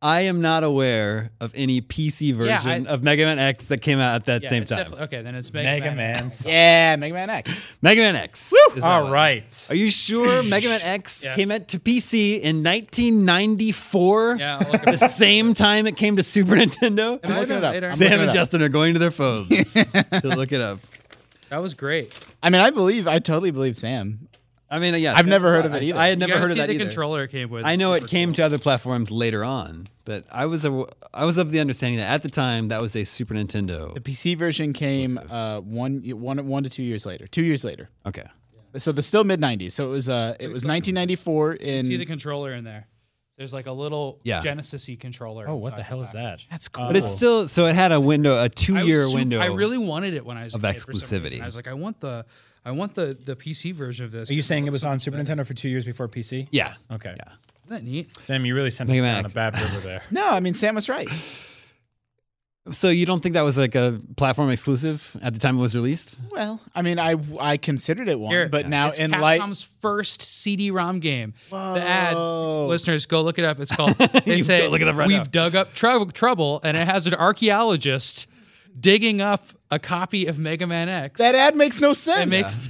S7: I am not aware of any PC
S4: Yeah, I-
S7: version of Mega Man X that came out at that
S4: Yeah,
S7: same
S4: it's
S7: time.
S4: definitely- Okay, then it's Mega,
S6: Mega
S4: Man.
S6: Man. Soccer.
S5: Yeah, Mega Man X.
S7: Mega Man X. is that
S6: All
S7: one.
S6: right.
S7: Are you sure Mega Man X
S4: Yeah.
S7: came out to PC in 1994?
S4: Yeah, I'll look it
S7: the
S4: up.
S7: same time it came to Super Nintendo.
S4: I'm looking it up later.
S7: Sam and Justin are going to their phones to look it up.
S4: That was great.
S5: I mean, I believe I totally believe Sam.
S7: I mean, yeah,
S5: I've never heard of it
S7: I-
S5: either.
S7: I had
S4: You
S7: never
S4: gotta
S7: heard of
S4: see
S7: that
S4: the
S7: either.
S4: controller it came with.
S7: I
S4: It's
S7: know it
S4: super
S7: came
S4: cool.
S7: to other platforms later on, but I was a, I was of the understanding that at the time that was a Super Nintendo.
S5: The PC version came uh, one, one, one to two years later. Two years later.
S7: Okay.
S5: So the still mid '90s. So it was uh, it was 1994
S4: You see the
S5: in.
S4: controller in there. There's like a little
S7: Yeah.
S4: Genesis-y controller.
S6: Oh, what
S4: inside
S6: the hell is
S4: package.
S6: that? Uh,
S5: That's cool.
S7: But it's still so it had a window, a
S4: I was
S7: two-year
S4: super-
S7: window.
S4: I really wanted it when I was a
S7: of
S4: kid for some reason.
S7: exclusivity.
S4: I was like, I want the, I want the the PC version of this.
S6: Are you
S4: 'cause
S6: saying it
S4: looks
S6: was
S4: so
S6: on
S4: much
S6: Super
S4: better.
S6: Nintendo for two years before PC?
S7: yeah.
S6: Okay.
S7: Yeah.
S4: Isn't that neat?
S6: Sam, you really sent us
S7: Mega Man
S6: down a
S7: X.
S6: bad river there.
S5: no, I mean Sam was right.
S7: So you don't think that was like a platform exclusive at the time it was released?
S5: Well, I mean I I considered it one,
S4: Here,
S5: but now
S4: It's
S5: in light
S4: Capcom's first CD-ROM game. The ad,
S5: Whoa.
S4: listeners, go look it up. It's called. They
S7: You
S4: say
S7: go look it up right
S4: we've
S7: now."
S4: dug up trou- trouble, and it has an archaeologist digging up a copy of Mega Man X.
S5: that ad makes no sense.
S4: It makes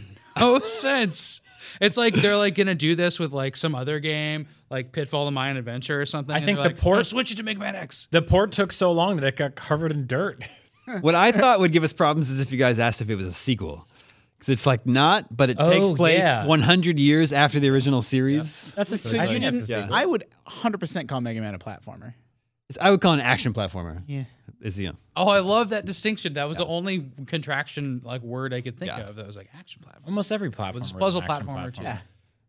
S4: no sense. It's like they're like gonna do this with like some other game, like Pitfall: The Mayan Adventure or something.
S6: I
S4: and
S6: think
S4: they're
S6: the
S4: like,
S6: port-
S4: "No, switch it to Mega Man X.
S6: The port took so long that it got covered in dirt.
S7: what I thought would give us problems is if you guys asked if it was a sequel. Because it's like not, but it
S6: Oh,
S7: takes place
S6: yeah.
S7: 100 years after the original series.
S6: That's a,
S5: so
S6: I
S5: you
S6: think that's a
S5: didn't.
S6: sequel.
S5: I would 100 percent call Mega Man a platformer.
S7: It's- I would call it an action platformer.
S5: Yeah.
S7: Is you know,
S4: Oh, I love that distinction. That was the only contraction like word I could think
S7: Yeah.
S4: of that was like action platform.
S6: Almost every platform.
S4: It's
S6: is an
S4: puzzle
S6: action
S4: platformer too.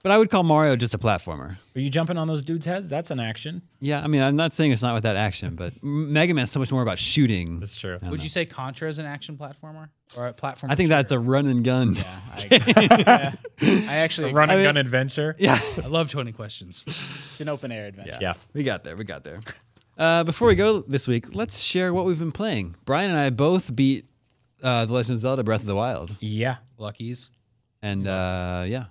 S7: But I would call Mario just a platformer.
S6: Are you jumping on those dudes' heads? That's an action.
S7: Yeah, I mean, I'm not saying it's not without action, but M- Mega Man's so much more about shooting.
S6: That's true.
S4: Would you say Contra is an action platformer or a platform?
S7: I think that's a run and gun. Yeah.
S5: I actually
S6: Run and gun adventure. Yeah.
S4: I love twenty questions.
S5: it's an open air adventure.
S6: Yeah.
S7: We got there. We got there. Uh, before we go this week, let's share what we've been playing. Brian and I both beat uh, The Legend of Zelda Breath of the Wild.
S6: Yeah.
S4: Luckies.
S7: And uh, yeah,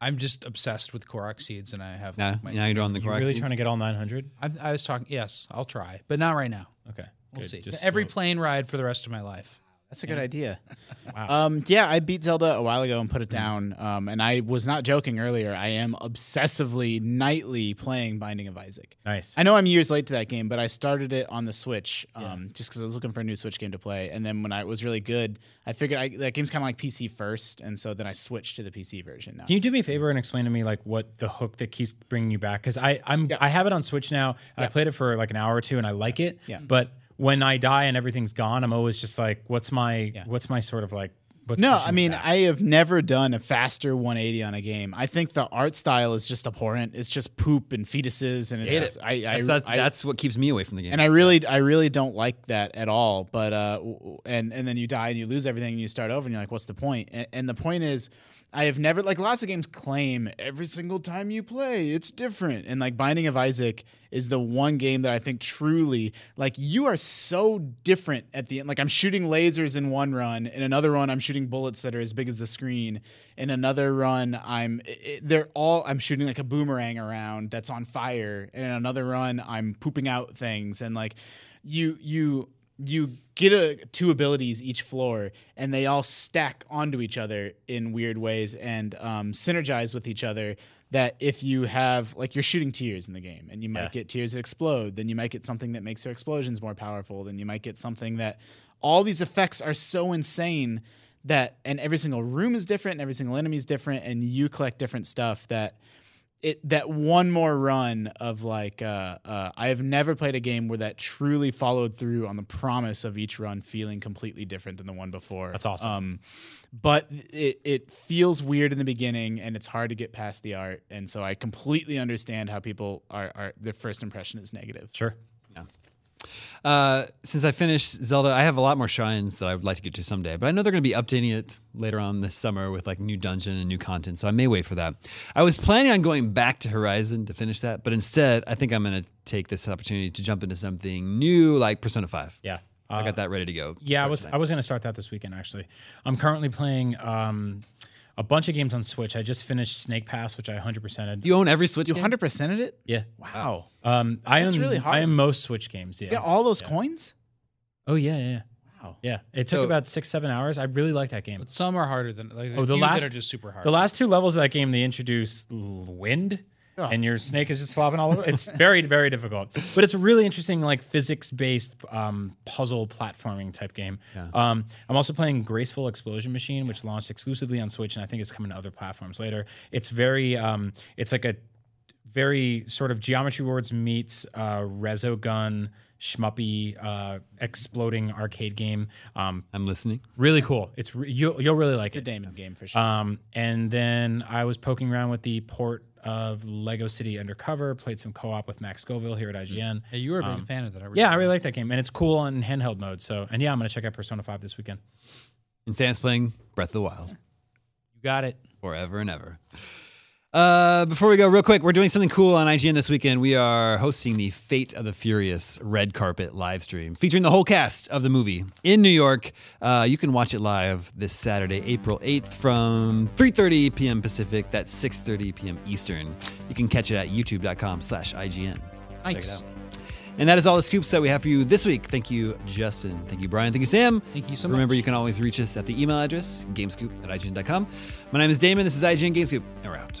S4: I'm just obsessed with Korok seeds, and I have
S7: now,
S4: like, my.
S7: now you're on the
S6: You
S7: correct
S6: really
S7: seeds.
S6: trying to get all 900?
S4: I'm, I was talking. Yes, I'll try, but not right now.
S6: Okay.
S4: We'll
S6: good.
S4: see.
S6: Just
S4: Every
S6: slow.
S4: plane ride for the rest of my life.
S5: That's a good idea. Um, yeah, I beat Zelda a while ago and put it down. Um, and I was not joking earlier. I am obsessively nightly playing Binding of Isaac.
S6: Nice.
S5: I know I'm years late to that game, but I started it on the Switch um, just because I was looking for a new Switch game to play. And then when I was really good, I figured I, that game's kind of like PC first, and so then I switched to the PC version now.
S6: Can you do me a favor and explain to me like what the hook that keeps bringing you back? Because I I'm I have it on Switch now. And I played it for like an hour or two and I like it.
S5: Yeah.
S6: But when I die and everything's gone, I'm always just like, what's my what's my sort of like what's
S5: No,
S6: pushing
S5: I
S6: me
S5: mean
S6: back?
S5: I have never done a faster 180 on a game. I think the art style is just abhorrent. It's just poop and fetuses, and it's just I, I,
S7: That's, that's,
S5: I-
S7: that's what keeps me away from the game.
S5: and I really I really don't like that at all. But uh, w- w- and and then you die and you lose everything and you start over and you're like, what's the point? And, and the point is. I have never like lots of games claim every single time you play it's different and like Binding of Isaac is the one game that I think truly like you are so different at the end like I'm shooting lasers in one run in another run I'm shooting bullets that are as big as the screen in another run I'm it- it- they're all I'm shooting like a boomerang around that's on fire and in another run I'm pooping out things and like you you you get a, two abilities each floor and they all stack onto each other in weird ways and um, synergize with each other that if you have like you're shooting tears in the game and you might get tears that explode then you might get something that makes their explosions more powerful then you might get something that all these effects are so insane that and every single room is different and every single enemy is different and you collect different stuff that it that one more run of like uh, uh, I have never played a game where that truly followed through on the promise of each run feeling completely different than the one before.
S6: That's awesome.
S5: Um, but it it feels weird in the beginning and it's hard to get past the art, and so I completely understand how people are, are their first impression is negative.
S6: Sure.
S7: Uh, since I finished Zelda, I have a lot more shrines that I would like to get to someday, but I know they're going to be updating it later on this summer with like new dungeon and new content, so I may wait for that. I was planning on going back to Horizon to finish that, but instead, I think I'm going to take this opportunity to jump into something new like Persona 5.
S6: Yeah. Uh,
S7: I got that ready to go.
S6: Yeah, I was I was gonna start that this weekend actually. I'm currently playing um, a bunch of games on Switch. I just finished Snake Pass, which I 100 percented.
S7: You own every Switch
S5: You
S7: game?
S5: hundred percented it?
S6: Yeah.
S5: Wow.
S6: Um, I
S5: That's
S6: own
S5: really hard.
S6: I own most Switch games. Yeah.
S5: Yeah, all those coins.
S6: oh yeah, yeah. yeah.
S5: Wow.
S6: Yeah. It took
S7: So-
S6: about six seven hours. I really like that game.
S4: But some are harder than like
S6: Oh,
S4: oh,
S6: the
S4: the
S6: last-
S4: that are just super hard.
S6: The last two levels of that game, they introduce l- wind, and your snake is just flopping all over. It's very, very difficult, but it's a really interesting, like physics-based um, puzzle platforming type game. Um, I'm also playing Graceful Explosion Machine, which launched exclusively on Switch, and I think it's coming to other platforms later. It's very, um, it's like a very sort of Geometry Wars meets uh, Resogun shmuppy uh, exploding arcade game. Um,
S7: I'm listening.
S6: really cool. It's re- you, you'll really like
S5: It's a
S6: it.
S5: Damon game for sure.
S6: Um, and then I was poking around with the port of Lego City Undercover, played some co op with Max Scoville here at IGN.
S4: yeah, you were a big fan of that. I
S6: Yeah, I really like that game, and it's cool on handheld mode. So, and yeah, I'm gonna check out Persona 5 this weekend.
S7: And Sam's playing Breath of the Wild.
S4: You got it.
S7: forever and ever. Uh, before we go, real quick, we're doing something cool on IGN this weekend. We are hosting the Fate of the Furious red carpet live stream featuring the whole cast of the movie in New York. Uh, you can watch it live this Saturday, April 8th from 3.30 p.m. Pacific. That's 6.30 p.m. Eastern. You can catch it at youtube.com slash IGN.
S4: Nice.
S7: And that is all the scoops that we have for you this week. Thank you, Justin. Thank you, Brian. Thank you, Sam.
S4: Thank you so much.
S7: Remember, you can always reach us at the email address, gamescoop at IGN.com. My name is Damon. This is IGN Gamescoop, and we're out.